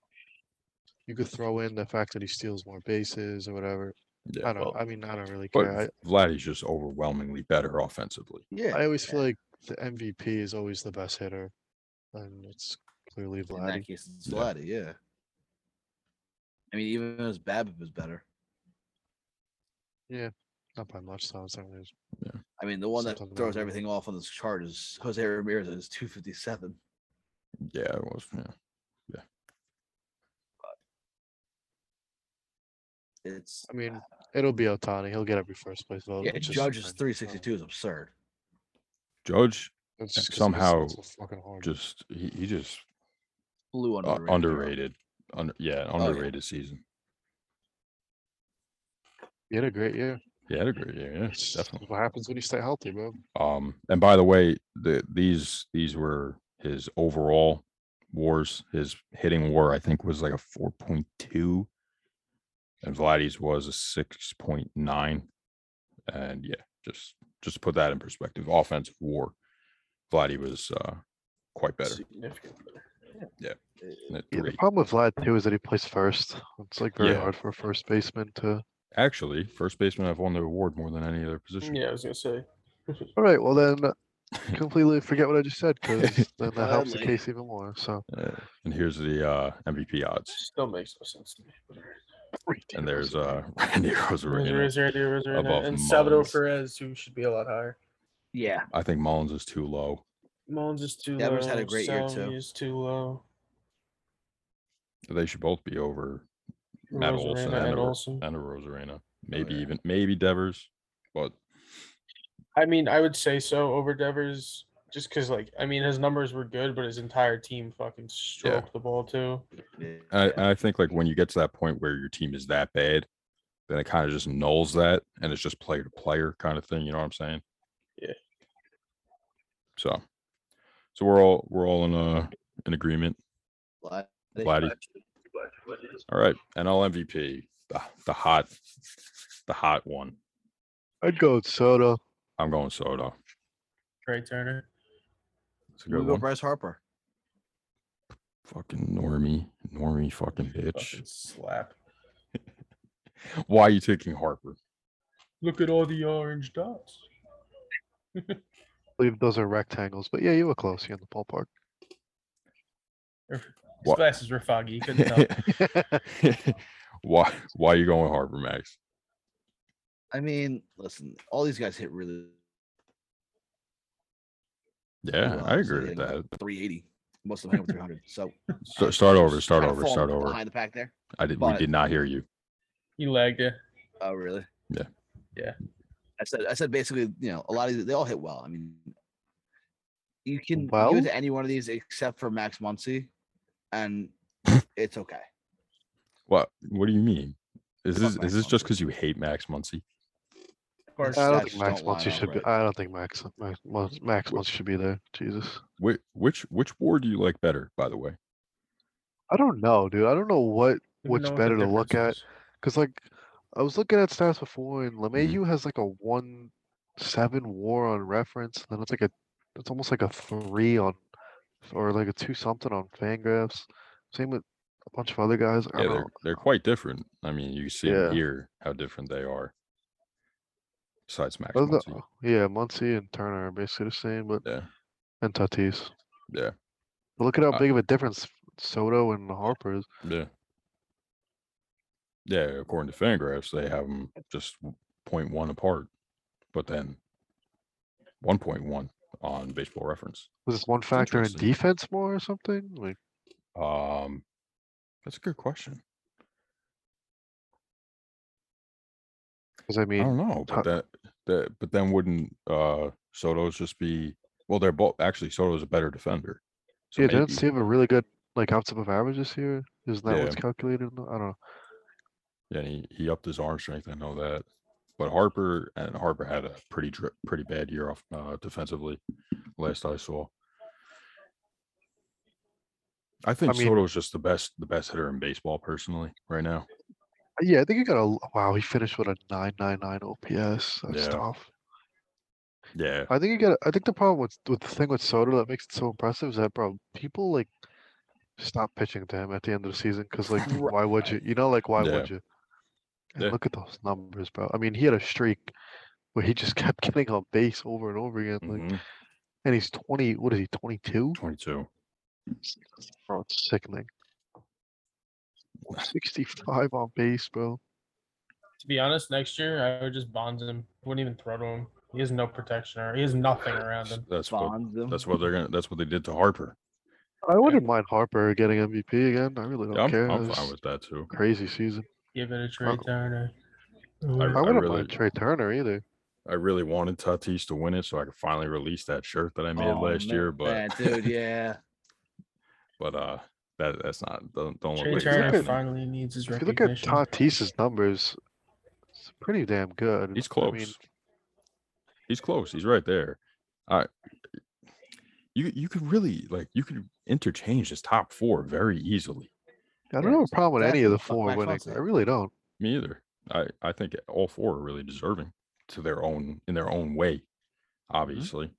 you could throw in the fact that he steals more bases or whatever. yeah. I don't. well, I mean, I don't really But care. Vlad is just overwhelmingly better offensively. Yeah. I, I always yeah. feel like the MVP is always the best hitter, and it's clearly in that Vladdy. case, it's Yeah. Vladdy. Yeah. I mean, even his Babbitt was better. Not by much, so it's I mean, the one that Something like throws that. everything off on this chart is Jose Ramirez at his 257. Yeah, it was. Yeah. It's I mean, it'll be Otani. He'll get every first place vote. yeah, which is Judge's fine. 362 is absurd. Judge It's just 'cause he's somehow so fucking hard. just he, he just Blue uh, underrated. underrated. bro. Under, yeah, yeah. underrated season. He had a great year. Yeah, I'd agree. Yeah, yeah, It's just definitely. What happens when you stay healthy, bro? Um, and by the way, the these these were his overall wars. His hitting war, I think, was like a four point two, and Vladdy's was a six point nine. And yeah, just just to put that in perspective. Offensive war, Vladdy was uh, quite better. Significant. at Yeah, the three. problem with Vlad too is that he plays first. It's like very Yeah. hard for a first baseman to. Actually, first baseman have won the award more than any other position. Yeah, I was gonna say. All right, well then, completely forget what I just said because then that helps the Finally. case even more. So Uh, and here's the uh, MVP odds. Still makes no sense to me. but alright. And there's uh, [laughs] Randy Rosarena. Rosarena, Rosarena, above and Salvador Mullins. Perez, who should be a lot higher. Yeah. I think Mullins is too low. Mullins is too Devers low. had a great year, too. Salvi is too low. They should both be over Matt Olson Rosarena and, and a- Olson. and a Rosarena. Maybe Oh, yeah. even maybe Devers, but I mean, I would say so over Devers, just because, like, I mean, his numbers were good, but his entire team fucking stroked the ball too. yeah. I, I think like when you get to that point where your team is that bad, then it kind of just nulls that, and it's just player to player kind of thing. You know what I'm saying? Yeah. So, so we're all we're all in uh in agreement. Vlad- they- Vladdy. All right, NL MVP, the, the hot, the hot one. I'd go with Soto. I'm going Soto. Trey Turner. It's a We'll good go one. Bryce Harper. Fucking normie, normie, fucking bitch. Fucking slap. Why are you taking Harper? Look at all the orange dots. I believe those are rectangles, but yeah, you were close. You're in the ballpark. [laughs] His Wha- glasses were foggy. He couldn't tell. [laughs] why? Why are you going Harper, Max? I mean, listen, all these guys hit really. Yeah, well, I so agree with hitting that. 380. Most of them hit with 300. [laughs] So Start, start over. Start kinda over. falling Start over. Behind the pack there. I did. We but- did not hear you. You lagged it. Oh, really? Yeah. Yeah. I said, I said, basically, you know, a lot of these, they all hit well. I mean, you can give Well? it to any one of these except for Max Muncy, [laughs] and it's okay. What? What do you mean? Is Fuck this Max is this just Muncy. because you hate Max Muncy? Of course. I don't stats think just Max don't Muncy line up should be. right. I don't think Max Max Muncy- Max Muncy should be there. Jesus, Which which which war do you like better? By the way, I don't know, dude. I don't know what Even what's though the better to look at? differences. because like I was looking at stats before, and Mm-hmm. Lemayhew has like a one seven WAR on reference. Then it's like a it's almost like a three on or like a two something on Fangraphs. Same with a bunch of other guys. I yeah, don't they're know. they're quite different. I mean, you see Yeah. and hear how different they are. Besides Max Other Muncy, than- yeah, Muncie and Turner are basically the same, but yeah, and Tatis. yeah, But look at how Uh, big of a difference Soto and Harper is. yeah, yeah. According to Fangraphs, they have them just 0.1 apart, but then 1.1 on Baseball Reference. Was this one factor in interesting. defense more or something? Like Um, that's a good question. because I I mean, don't know, but that, that but then wouldn't uh Soto's just be well? They're both actually Soto's a better defender. So yeah, maybe, didn't Steve have a really good like outs above average this year? Isn't that Yeah. what's calculated? in the- I don't know. yeah, and he, he upped his arm strength. I know that, but Harper and Harper had a pretty dri- pretty bad year off uh, defensively. Last I saw, I think mean- Soto's just the best the best hitter in baseball personally right now. Yeah, I think he got a l- wow. He finished with a nine nine nine OPS. That's Yeah. tough. Yeah, I think you got. I think the problem with with the thing with Soto that makes it so impressive is that bro, people like stop pitching to him at the end of the season [laughs] because like, why would you? You know, like why Yeah. would you? And Yeah. look at those numbers, bro. I mean, he had a streak where he just [laughs] kept getting on base over and over again. Like, mhm, and he's twenty. What is he? Twenty two? twenty-two. Bro, it's sickening. 65 on base, bro. To be honest, next year I would just bond him. Wouldn't even throw to him. He has no protection or he has nothing around him. That's what Bonds them. that's what they're gonna that's what they did to Harper. I wouldn't mind Harper getting MVP again. I really don't Yeah, I'm, care. I'm It fine was with that too. crazy season. Give it a Trey Oh. Turner. I, I I wouldn't really mind Trey Turner either. I really wanted Tatis to win it so I could finally release that shirt that I made Oh, last year, but man, [laughs] dude, yeah. but uh that that's not don't, don't look Trey like it's Turner happening. finally needs his If you look at recognition. Tatis's numbers, it's pretty damn good. He's I close. mean, He's close. He's right there. I eh, you you could really like you could interchange his top four very easily. I Yeah, don't have a it's problem with any of the exactly four what winning. Fonseca- I really don't. Me either. I I think all four are really deserving to their own in their own way. Obviously,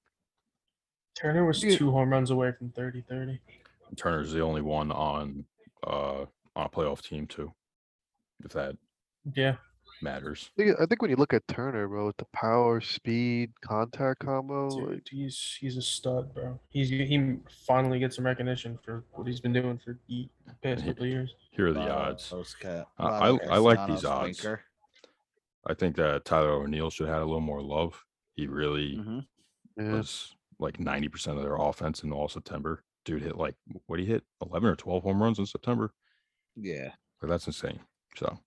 Turner was two home runs away from 30 30. Turner's the only one on uh on a playoff team too, if that Yeah. matters. I think, I think when you look at Turner, bro, with the power, speed, contact combo, like, Dude, he's he's a stud, bro. He's he finally gets some recognition for what he's been doing for the past He- couple of years. Here are the Wow, odds. those cat- I- wow, I- that I like Aristotle these odds. slinker. I think that Tyler O'Neill should have had a little more love. He really Mhm. yeah, was like ninety percent of their offense in all September. Dude hit like what did he hit eleven or twelve home runs in September. Yeah. Like, that's insane. So,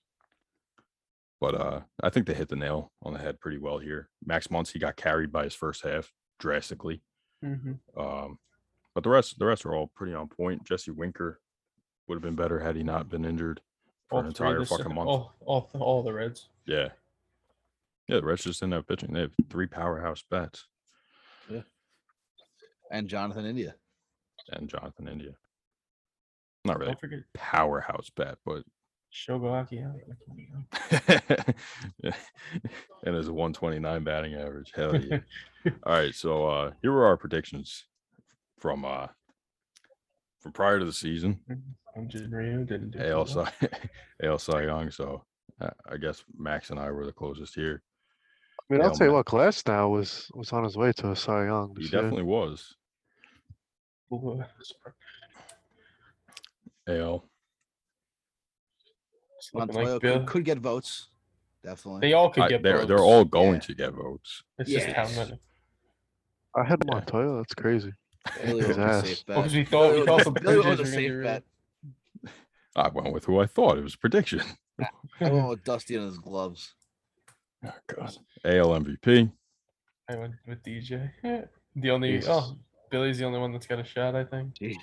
but uh, I think they hit the nail on the head pretty well here. Max Muncy got carried by his first half drastically. Mm-hmm. Um, but the rest, the rest are all pretty on point. Jesse Winker would have been better had he not been injured for an entire fucking month. All, all, all the Reds. Yeah, yeah. The Reds just didn't have pitching. They have three powerhouse bats And Jonathan India. and Jonathan India. Not really Don't forget a powerhouse bat, but Shogaki. [laughs] and his 129 batting average. Hell Oh, yeah. All right, so uh here were our predictions from uh from prior to the season. [laughs] I'm just Rio didn't do too AL well. Cy, [laughs] AL Cy Young. So uh, I guess Max and I were the closest here. I mean, I'll Hail tell you Mary. what, Glass now was was on his way to a Cy Young. He this year. definitely was Ooh, AL. it's looking Montoya could- like Bill. could, get votes. Definitely. They all could I- get. they're they're votes. all going Yeah. to get votes. It's just how Yes. many. I had Yeah. Montoya. That's crazy. Billy his was a ass. safe Well, 'cause bet. we thought we Billy thought was- some Billy was pitchers a were gonna get safe bet. rid of- I went with who I thought. It was a prediction. I [laughs] [laughs] went with Dusty and his gloves. Oh, God. AL MVP. I went with DJ. Yeah. The only Jesus. oh Billy's the only one that's got a shot. I think. Jeez.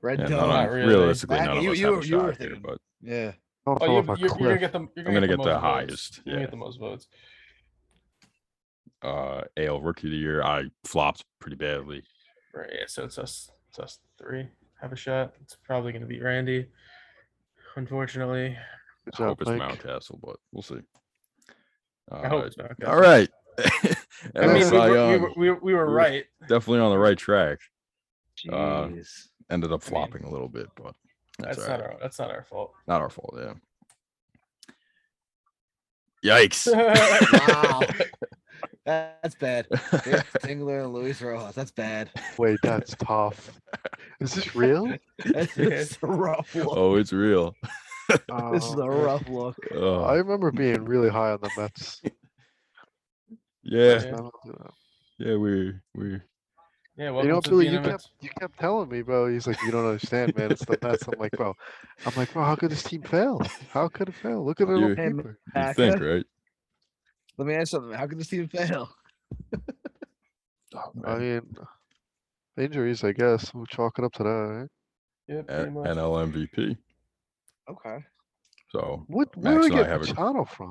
Red Yeah, yeah, none not of- really. uh, Realistically, Back- none of you- us you have were- a you were shot here, thinking- but Yeah. I don't Oh, know you, if a you're, you're gonna cliff. get the. You're I'm gonna gonna get the the most votes. highest, You're gonna yeah. get the most votes. uh AL Rookie of the Year. I flopped pretty badly. Right. Yeah. So it's us. It's us three. Have a shot. It's probably gonna be Randy. Unfortunately, Good I job, hope it's Mike. Mountcastle, but we'll see. I hope it's not. All right. [laughs] I mean, we Alex Cy were, we, Young, were, we, were, we were We were- right. definitely on the right track. Uh, Jeez. Ended up I mean, flopping a little bit, but that's, That's all not right. our. That's not our [laughs] fault. [laughs] not our fault. Yeah. Yikes. [laughs] [laughs] [laughs] wow. That's bad. Dave Tingler and Luis Rojas. That's [laughs] bad. Wait, that's tough. Is this [laughs] real? That's [laughs] it's a rough look. oh, it's real. This is Oh, a rough look. Oh, I remember being really high on the [laughs] Mets. yeah, Yeah. I don't know. yeah, we we Yeah. You Welcome know, to Billy, the you NMX. kept you kept telling me, bro. He's like, you don't understand, man. It's the Mets. I'm like, bro. I'm like, bro. How could this team fail? How could it fail? Look at it You- on paper. you Back think up. right? Let me ask something. How could this team fail? Oh, I man. mean, injuries. I guess we'll chalk it up to that. Right? Yeah, A- pretty much. NL MVP. Okay. So What? Max Where did and I I get have a- Machado from?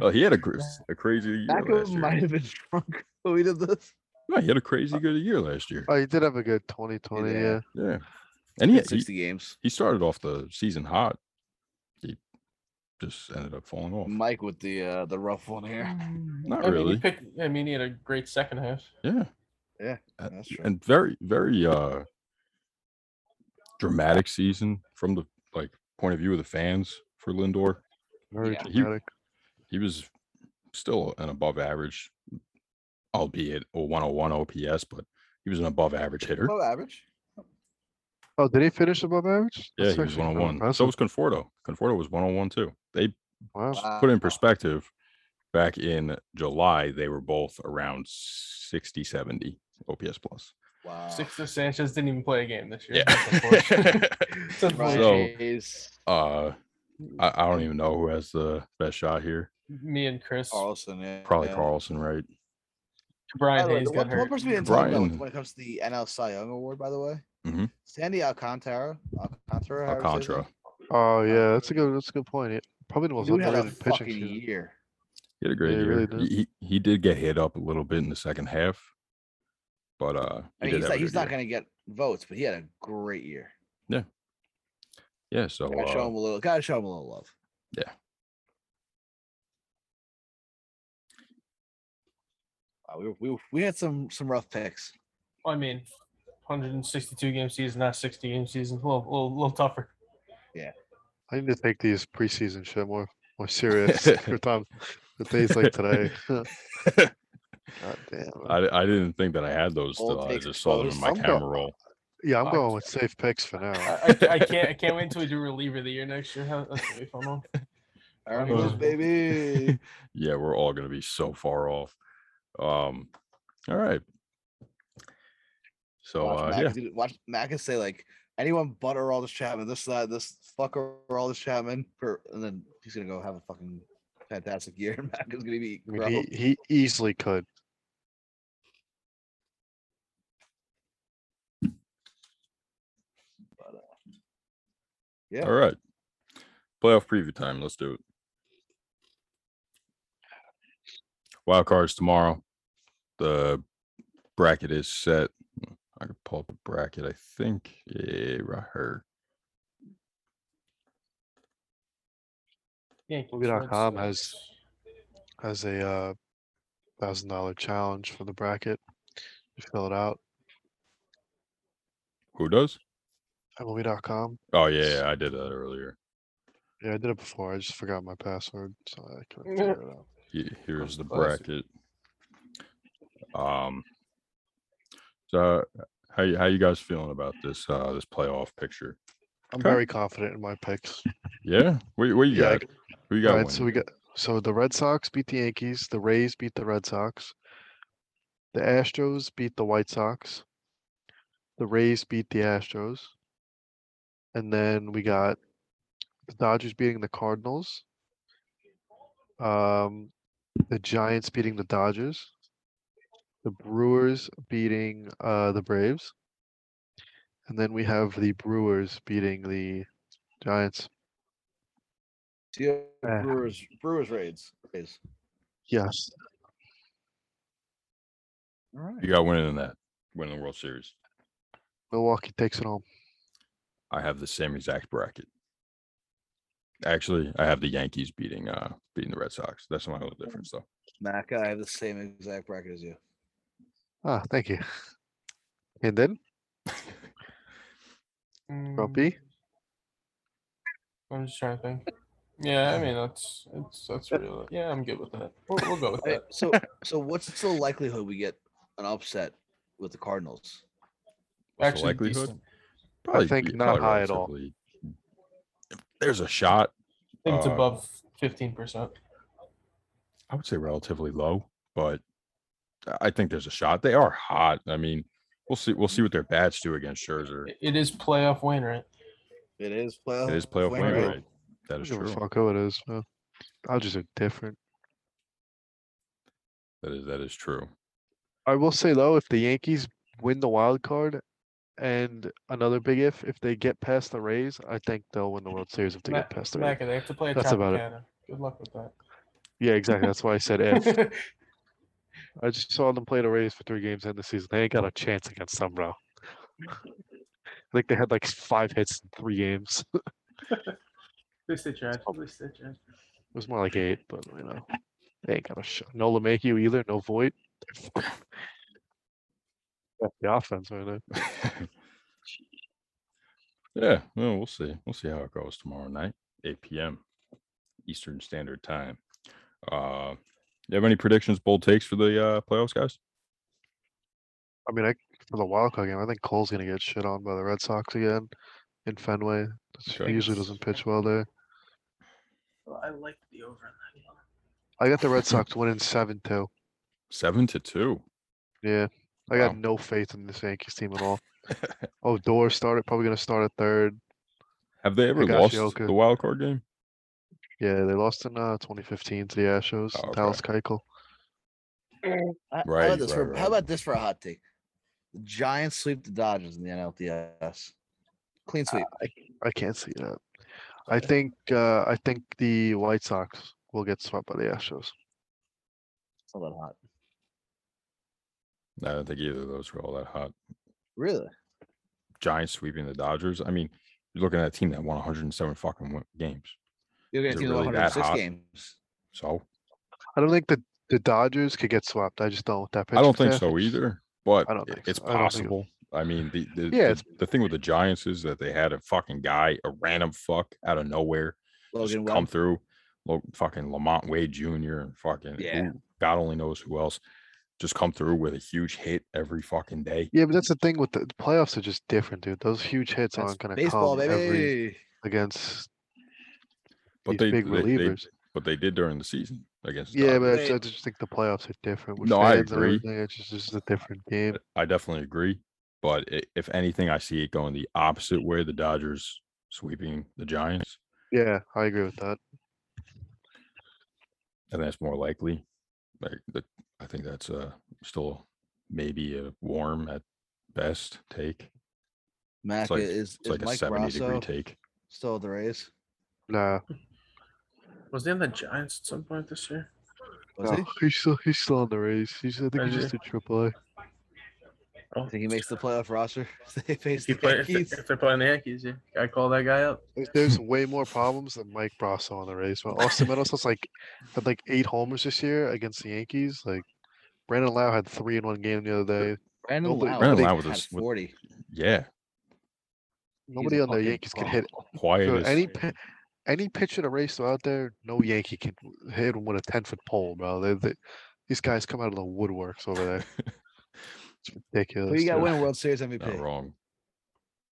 oh, he had a, gr- a crazy year Mako last year. might have been drunk [laughs] when we did this. No, he had a Uh, crazy good year last year. Oh, he did have a good 2020. Yeah. Yeah. Yeah, and he, he 60 games. he started off the season hot. He just ended up falling off. Mike with the uh, the rough one here. Not I Mean, really. he picked, I mean, he had a great second half. Yeah. Yeah, Uh, that's true. And very, very uh dramatic season from the like point of view of the fans for Lindor. Very Yeah. He- dramatic. He was still an above average, oh albeit a 101 OPS, but he was an above average hitter. Below average. Oh, did he finish above average? Yeah, That's he was actually one kinda on one. So impressive. was Conforto. Conforto was one on one too. They Wow. just put it in Wow. perspective. Back in July, they were both around 60, 70 OPS plus. Wow. Sixto Sanchez didn't even play a game this year. Ah. Yeah. That's [laughs] unfortunate. [laughs] It's Right. unfortunate. So- Jeez. Uh, Mm. I, I don't even know who has the best shot here. Me and Chris, Carlson. Yeah, Probably yeah. Carlson, right? Oh, By Brian the way, Hayes the got one, the one hurt. person we didn't talk about Brian. when it comes to the NL Cy Young Award, by the way, Mhm. Sandy Alcantara. Alcantara. however you say his Alcantara. name. Oh yeah, that's a good. That's a good point. It, probably the most Dude had a underrated pitching. fucking season. year. He had a great Yeah, he year. really he, did. he he did get hit up a little bit in the second half, but uh, I he mean, did he's have not, a he's good not year. going to get votes, but he had a great year. Yeah, so Gotta show uh, him a little. Gotta show him a little love. Yeah. Wow, we, were- we were- we had some some rough picks. I mean, 162 game season, not 60 game season. A little, little, little tougher. I need to take these preseason shit more more serious. [laughs] for time, the days like today. [laughs] God [laughs] damn. uh, I, I didn't think that I had those. All Still. I takes just saw them in exposed. my I'm go- camera roll. Yeah, I'm fucked. going with safe picks for now. [laughs] I, I, I can't, I can't wait until we do reliever of the year next year. How- That's gonna be a fun. one. [laughs] Uh-huh. Armies, Uh. baby. yeah, we're all gonna be so far off. Um, all right. So watch, uh, Mac, yeah, do- watch Mac and say like anyone but Aroldis Chapman, this that this fucker Aroldis Chapman, for, and then he's gonna go have a fucking fantastic year. [laughs] and Mac is gonna be I gross. mean, he, he easily could. yeah. all right. Playoff preview time. Let's do it. Wild cards tomorrow. The bracket is set. I could pull up the bracket. I think yeah, right here. Yankees, Red Movie.com Sox. has as a uh, thousand dollar challenge for the bracket. You fill it out Who does? at movie.com. Oh yeah, yeah, I did that earlier. Yeah, I did it before. I just forgot my password, so I couldn't [laughs] Mm. figure it out. He- Here's the classic. bracket. Um. So how you, how you guys feeling about this uh this playoff picture? I'm Okay. very confident in my picks. Yeah, where where you Yeah, I got? Who you got? Alright, so we winning? got so the Red Sox beat the Yankees, the Rays beat the Red Sox, the Astros beat the White Sox, the Rays beat the Astros, and then we got the Dodgers beating the Cardinals, um, the Giants beating the Dodgers, the Brewers beating uh, the Braves, and then we have the Brewers beating the Giants. See you, Uh. Brewers Brewers raids. Rays. Yes. All right. you got winning in that winning the World Series. Milwaukee takes it home. I have the same exact bracket. Actually, I have the Yankees beating uh beating the Red Sox. That's my little difference though. Mac, I have the same exact bracket as you. Ah, thank you. And then Mm, Grumpy, I'm just trying to [laughs] think. Yeah, I mean that's that's that's real. Yeah, I'm good with that. We'll, we'll go with [laughs] Hey, that. So so what's the likelihood we get an upset with the Cardinals? What's the Actually, likelihood? decent. Probably think be- not probably high at all. relatively- If there's a shot, I think it's Uh, above 15 percent. I would say relatively low, but I- I think there's a shot. They are hot. I mean, we'll see. We'll see what their bats do against Scherzer. It is playoff win, right? It is playoff. It is playoff win winning rate. rate. That I is don't give true. a fuck Oh, who it is. man. Dodgers are different. That is that is true. [laughs] I will say though, if the Yankees win the wild card, and another big if, if they get past the Rays, I think they'll win the World Series if they Ma- get past the Rays. Mac, they have to play a That's about it. Tropicana. Good luck with that. Yeah, exactly. That's why I said [laughs] if. I just saw them play the Rays for three games in the season. They ain't got a chance against them, bro. [laughs] I think they had like five hits in three games. It At least they tried. At least they tried. was more like eight, but you know, they ain't got a shot. No LeMahieu either. No Voight. [laughs] That's the offense right there. yeah, well, we'll see. We'll see how it goes tomorrow night, 8 p.m. Eastern Standard Time. Uh, you have any predictions, bold takes for the uh, playoffs, guys? I mean, I for the wild card game, I think Cole's gonna get shit on by the Red Sox again in Fenway. Okay. He usually doesn't pitch well there. Well, I like the over in that game. I got the Red [laughs] Sox winning seven two. Seven to two. Yeah, I got Wow. no faith in this Yankees team [laughs] at all. oh, Door started probably gonna start at third. Have they ever lost Higashioka. the wild card game? Yeah, they lost in uh 2015 to the Astros. Oh, and okay. Dallas Keuchel. I- how, Right, about this right, for, right. how about this for a hot take? The Giants sweep the Dodgers in the NLDS. Clean sweep. I can't see that. I think uh I think the White Sox will get swept by the Astros. It's not that hot. No, I don't think either of those were all that hot. Really? Giants sweeping the Dodgers. I mean, you're looking at a team that won 107 fucking win- games. You're Is gonna it do the really that 106 hot? games. So I don't think the the Dodgers could get swept. I just don't with that pitching I don't think staff. so either, but I don't think it's so. I don't think it- possible. I mean, the, the, Yeah, the- it's- the thing with the Giants is that they had a fucking guy, a random fuck out of nowhere, just Logan come Webb. through. Lo- fucking Lamont Wade Jr. and fucking Yeah. who- God only knows who else just come through with a huge hit every fucking day. Yeah, but that's the thing with the the playoffs are just different, dude. Those huge hits That's aren't gonna baseball, come every baby. against But these they, big they- they- relievers. but they did during the season against. the yeah, but Dodgers. I, I just think the playoffs are different. with No, I fans and agree. everything, It's just, it's just a different game. I definitely agree. But i if anything, I see it going the opposite way. The Dodgers sweeping the Giants. Yeah, I agree with that. and that's more likely. Like, the, I think that's uh still maybe a warm at best take. Mac It's like, is, it's is like a Mike seventy degree Rosso take. still at the Rays? Nah, Was he on the Giants at some point this year? Was no, he? he's still he's still on the race. He's I think Is he's just he? in AAA. Oh, I think he makes the playoff roster. [laughs] they face if, [laughs] you the play, if, Yankees. they- if they're playing the Yankees, yeah, gotta call that guy up. Like, There's way more problems than Mike Brasso on the race. But Austin Meadows has like had like eight homers this year against the Yankees. Like Brandon Lau had three in one game the other day. Brandon Nobody- Lau, Brandon I Lau think, was a had s- with- 40. Yeah, Nobody a on the fucking Yankees could hit [laughs] quiet. Dude, as, any pi- any pitcher to race out there, no Yankee can hit him with a ten foot pole, bro. They, they, these guys come out of the woodworks over there. it's ridiculous. Who you got dude. winning World Series [laughs] not MVP? wrong.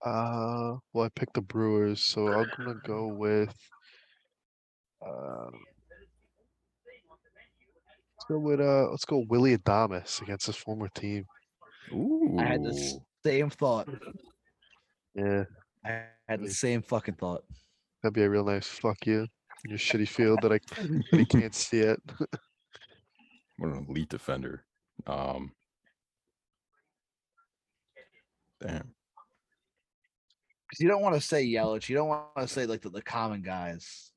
Uh, well, I picked the Brewers, so I'm gonna go with. Uh, let's go with uh, let's go Willie Adamas against his former team. Ooh, I had this [laughs] same thought. Yeah, I had the Really? same fucking thought. that'd be a real nice fuck you. in Your shitty field that I that he [laughs] can't see it. what an elite defender. Um, damn. 'Cause You don't want to say Yelich. You don't want to say like the, the common guys.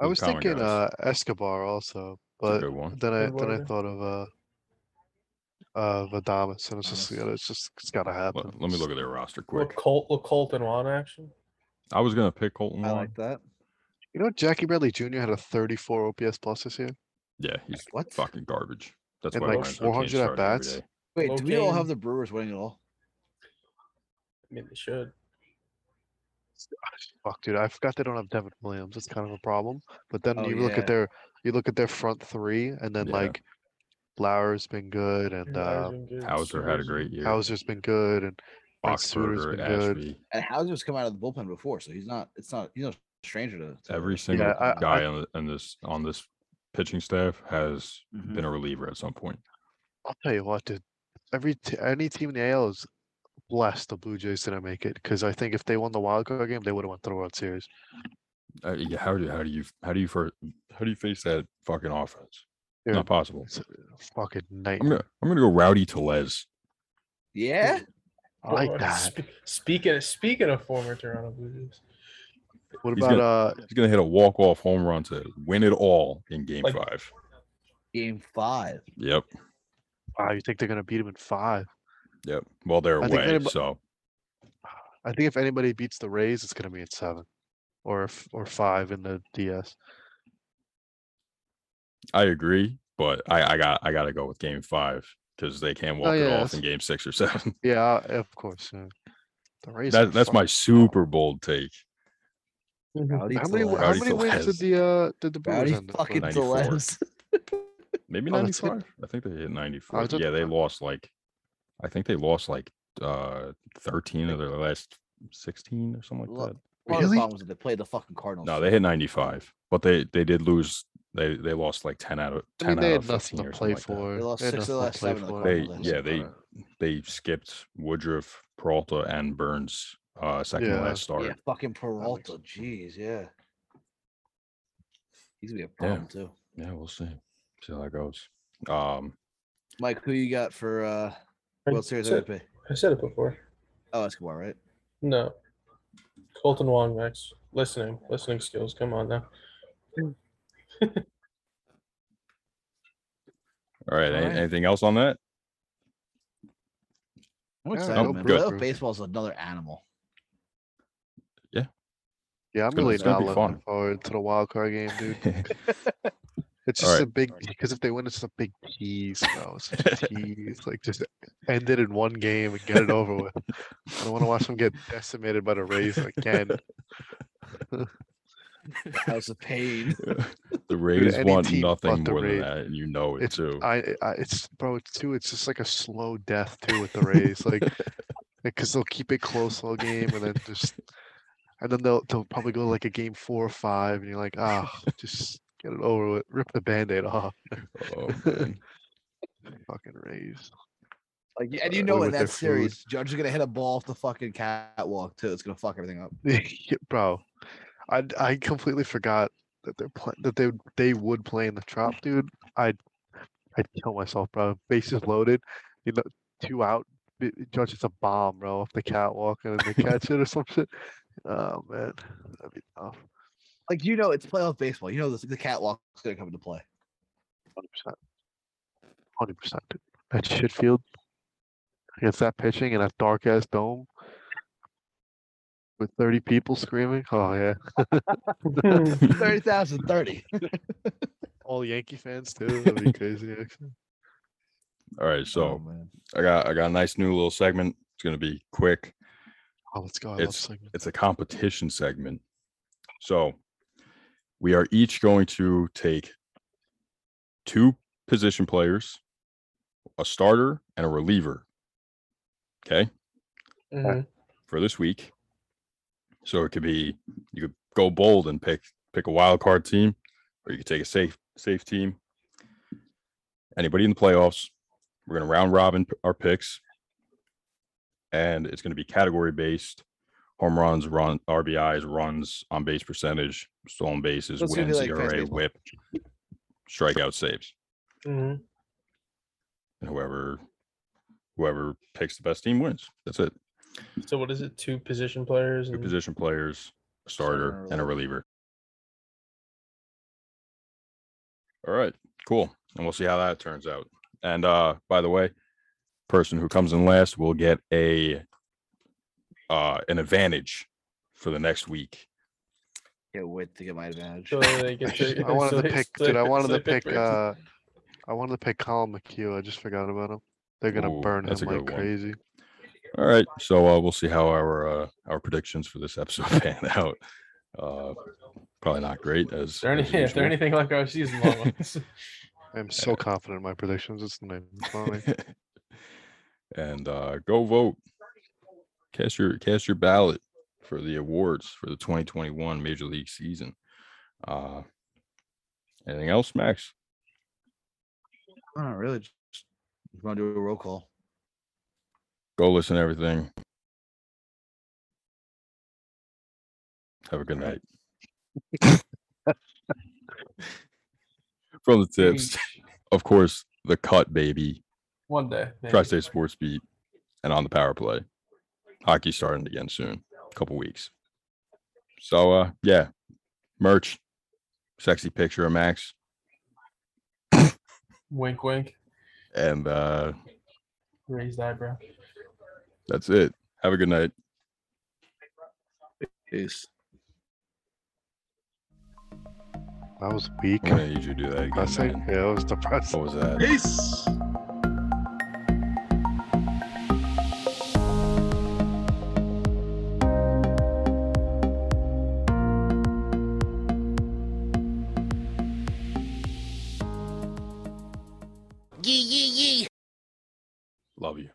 I Who's was common thinking guys? uh Escobar also, That's a but good one. then I Good then I one. thought of uh of Adamas, and it's just Adames. gotta, it's just it's gotta happen. Let, let me look at their roster Look, quick. Colt, look, Colt and Juan action. I was gonna pick Colton. I Wong. like that. You know, Jackie Bradley Jr. had a 34 OPS plus this year. Yeah, he's What? fucking garbage. That's And why like Lorenzo Cain 400 at started every bats? day. Wait, do we all have Locaine. the Brewers winning it all? I mean, they should. Fuck, dude, I forgot they don't have Devin Williams. That's kind of a problem. But then Oh, you look yeah. at their you look at their front three, and then Yeah. like Lauer's been good, and uh, Hauser had a great year. Hauser's been good, and Brent Suter's Boxberger, been good. Ashby. And Hauser's come out of the bullpen before, so he's not. It's not. He's no stranger to, to every single I- I- guy on, the- on this on this pitching staff has mm-hmm. Hmm. Mhm. been a reliever at some point. I'll tell you what, dude. Every t- any team in the AL is blessed the Blue Jays didn't make it because I think if they won the wild card game, they would have went to the World Series. Uh, yeah, how do how do you how do you for how do you face that fucking offense? Dude, Not possible. It's a fucking I'm nightmare. gonna I'm gonna go Rowdy Telez. Yeah, I [laughs] like that. speaking of, speaking of former Toronto Blue Jays, What he's about uh? He's gonna hit a walk off home run to win it all in Game Like- Five. game five. Yep, Wow, you think they're gonna beat him in five? yep. Well, they're I think away, anybody- so I think if anybody beats the Rays, it's gonna be in seven, or f- or five in the DS. I agree. But I I got I gotta go with Game Five because they can't walk Oh, yeah, it off that's- in Game Six or [laughs] Seven. Yeah, I- of course. Yeah. The Rays. are that, that's my [laughs] fucking- super bold take. Rowdy How many, Tellez. how Rowdy many wins did Telez. the uh did the Brewers Rowdy end up fucking with? 94. [laughs] Tellez. Maybe Oh, that's Oh, it? 95. I think they hit 94. was at- Yeah, they lost like I think they lost like uh, 13 of their last 16 or something like Look, Part that. of the Really? problem was that they played the fucking Cardinals. No, they hit 95, but they they did lose. They they lost like 10 out of I 10 mean, they out had of nothing 15 to or play something like for. They lost had six of the nothing last to play seven of the for. They- Cardinals. yeah, they- that. They skipped Woodruff, Peralta, and Burns uh second to Yeah. last start. Yeah, fucking makes Peralta. Jeez, yeah. He's gonna be a problem too. Yeah, we'll see. See how that goes. Um, Mike, who you got for uh I World Series said- MVP? I said it before. Oh, Escobar, right? No. Colton Wong next. Listening, listening skills. Come on [laughs] [laughs] now. all right, All any- right. anything else on that? I'm Yeah, excited, no man. proof. Playoff baseball is another animal. Yeah, I'm gonna- really it's gonna not be looking fun. forward to the wild card game, dude. It's All just right. a big because if they win, it's a big tease. No, it's such a [laughs] tease. Like just end it in one game and get it over with. I don't want to watch them get decimated by the Rays again. House of pain. [laughs] the Rays any want team nothing but the more than Rays. that, and you know it It's too. I, I it's bro. It's too. It's just like a slow death too with the Rays. Like because they'll keep it close all game and then just and then they'll they'll probably go like a game four or five and you're like ah just get it over with. Rip the band-aid off. [laughs] Oh, man. Fucking Rays. Like, and you Uh, know in with their that food. series, Judge is gonna hit a ball off the fucking catwalk too. It's gonna fuck everything up. Yeah, [laughs] bro. I I completely forgot that they're pla that they they would play in the drop, dude. I'd I'd kill myself, bro. Bases loaded, you know, two out. b- Judge it's a bomb, bro, off the catwalk and then they catch it or some shit. Oh man, that'd be tough. Like you know, it's playoff baseball. You know this, the catwalk's gonna come into play. Hundred percent, hundred percent, dude. That shit field against that pitching and that dark ass dome with thirty people screaming. Oh yeah, Mm-hmm, Thirty thousand thirty. [laughs] all Yankee fans too. That'd be crazy, actually. all right, oh, Um, so man. I got I got a nice new little segment. It's gonna be quick. Oh, let's go. I love It's- [laughs] segments. It's a competition segment. So we are each going to take two position players, a starter, and a reliever. Okay. Mhm. For this week. So it could be you could go bold and pick pick a wild card team, or you could take a safe safe team. Anybody in the playoffs. We're gonna round robin p- our picks. And it's gonna be category based home runs, run RBIs, runs, on base percentage, stolen bases, Let's do it wins, like fast ERA, baseball. whip, strikeout saves. mm-hmm. Mhm. And whoever whoever picks the best team wins. That's it. So what is it? Two position players. Two and- position players, a starter, and a reliever. All right, cool. And we'll see how that turns out. And uh by the way, person who comes in last will get a uh an advantage for the next week. Can't wait to get my advantage. So they get [laughs] [laughs] I wanted so to they- pick, so dude. I they- wanted so to they pick. Brady. [laughs] Uh, I wanted to pick Colin McHugh. I just forgot about him. They're gonna Ooh, burn him that's a like good one. crazy. All right. So uh, we'll see how our uh, our predictions for this episode [laughs] pan out. Uh probably not great as, They're, any, as yeah, they're usual. anything like our season long [laughs] ones. I'm so confident in my predictions. It's not [laughs] even funny. and uh, go vote. Cast your cast your ballot for the awards for the 2021 Major League season. Uh, anything else, Max? I don't really just want to do a roll call. Go listen to everything. Have a good night. From the tips, of course, the cut baby. One day. maybe. Tri-State Sports Beat, and on the power play. Hockey starting again soon, a couple weeks. So uh yeah, merch, sexy picture of Max, Wink, wink. and uh Raised eyebrow. that's it. Have a good night. Peace. That was weak. I'm gonna need you to do that I again. think man. yeah, it was depressing. What was that? Peace. Love you.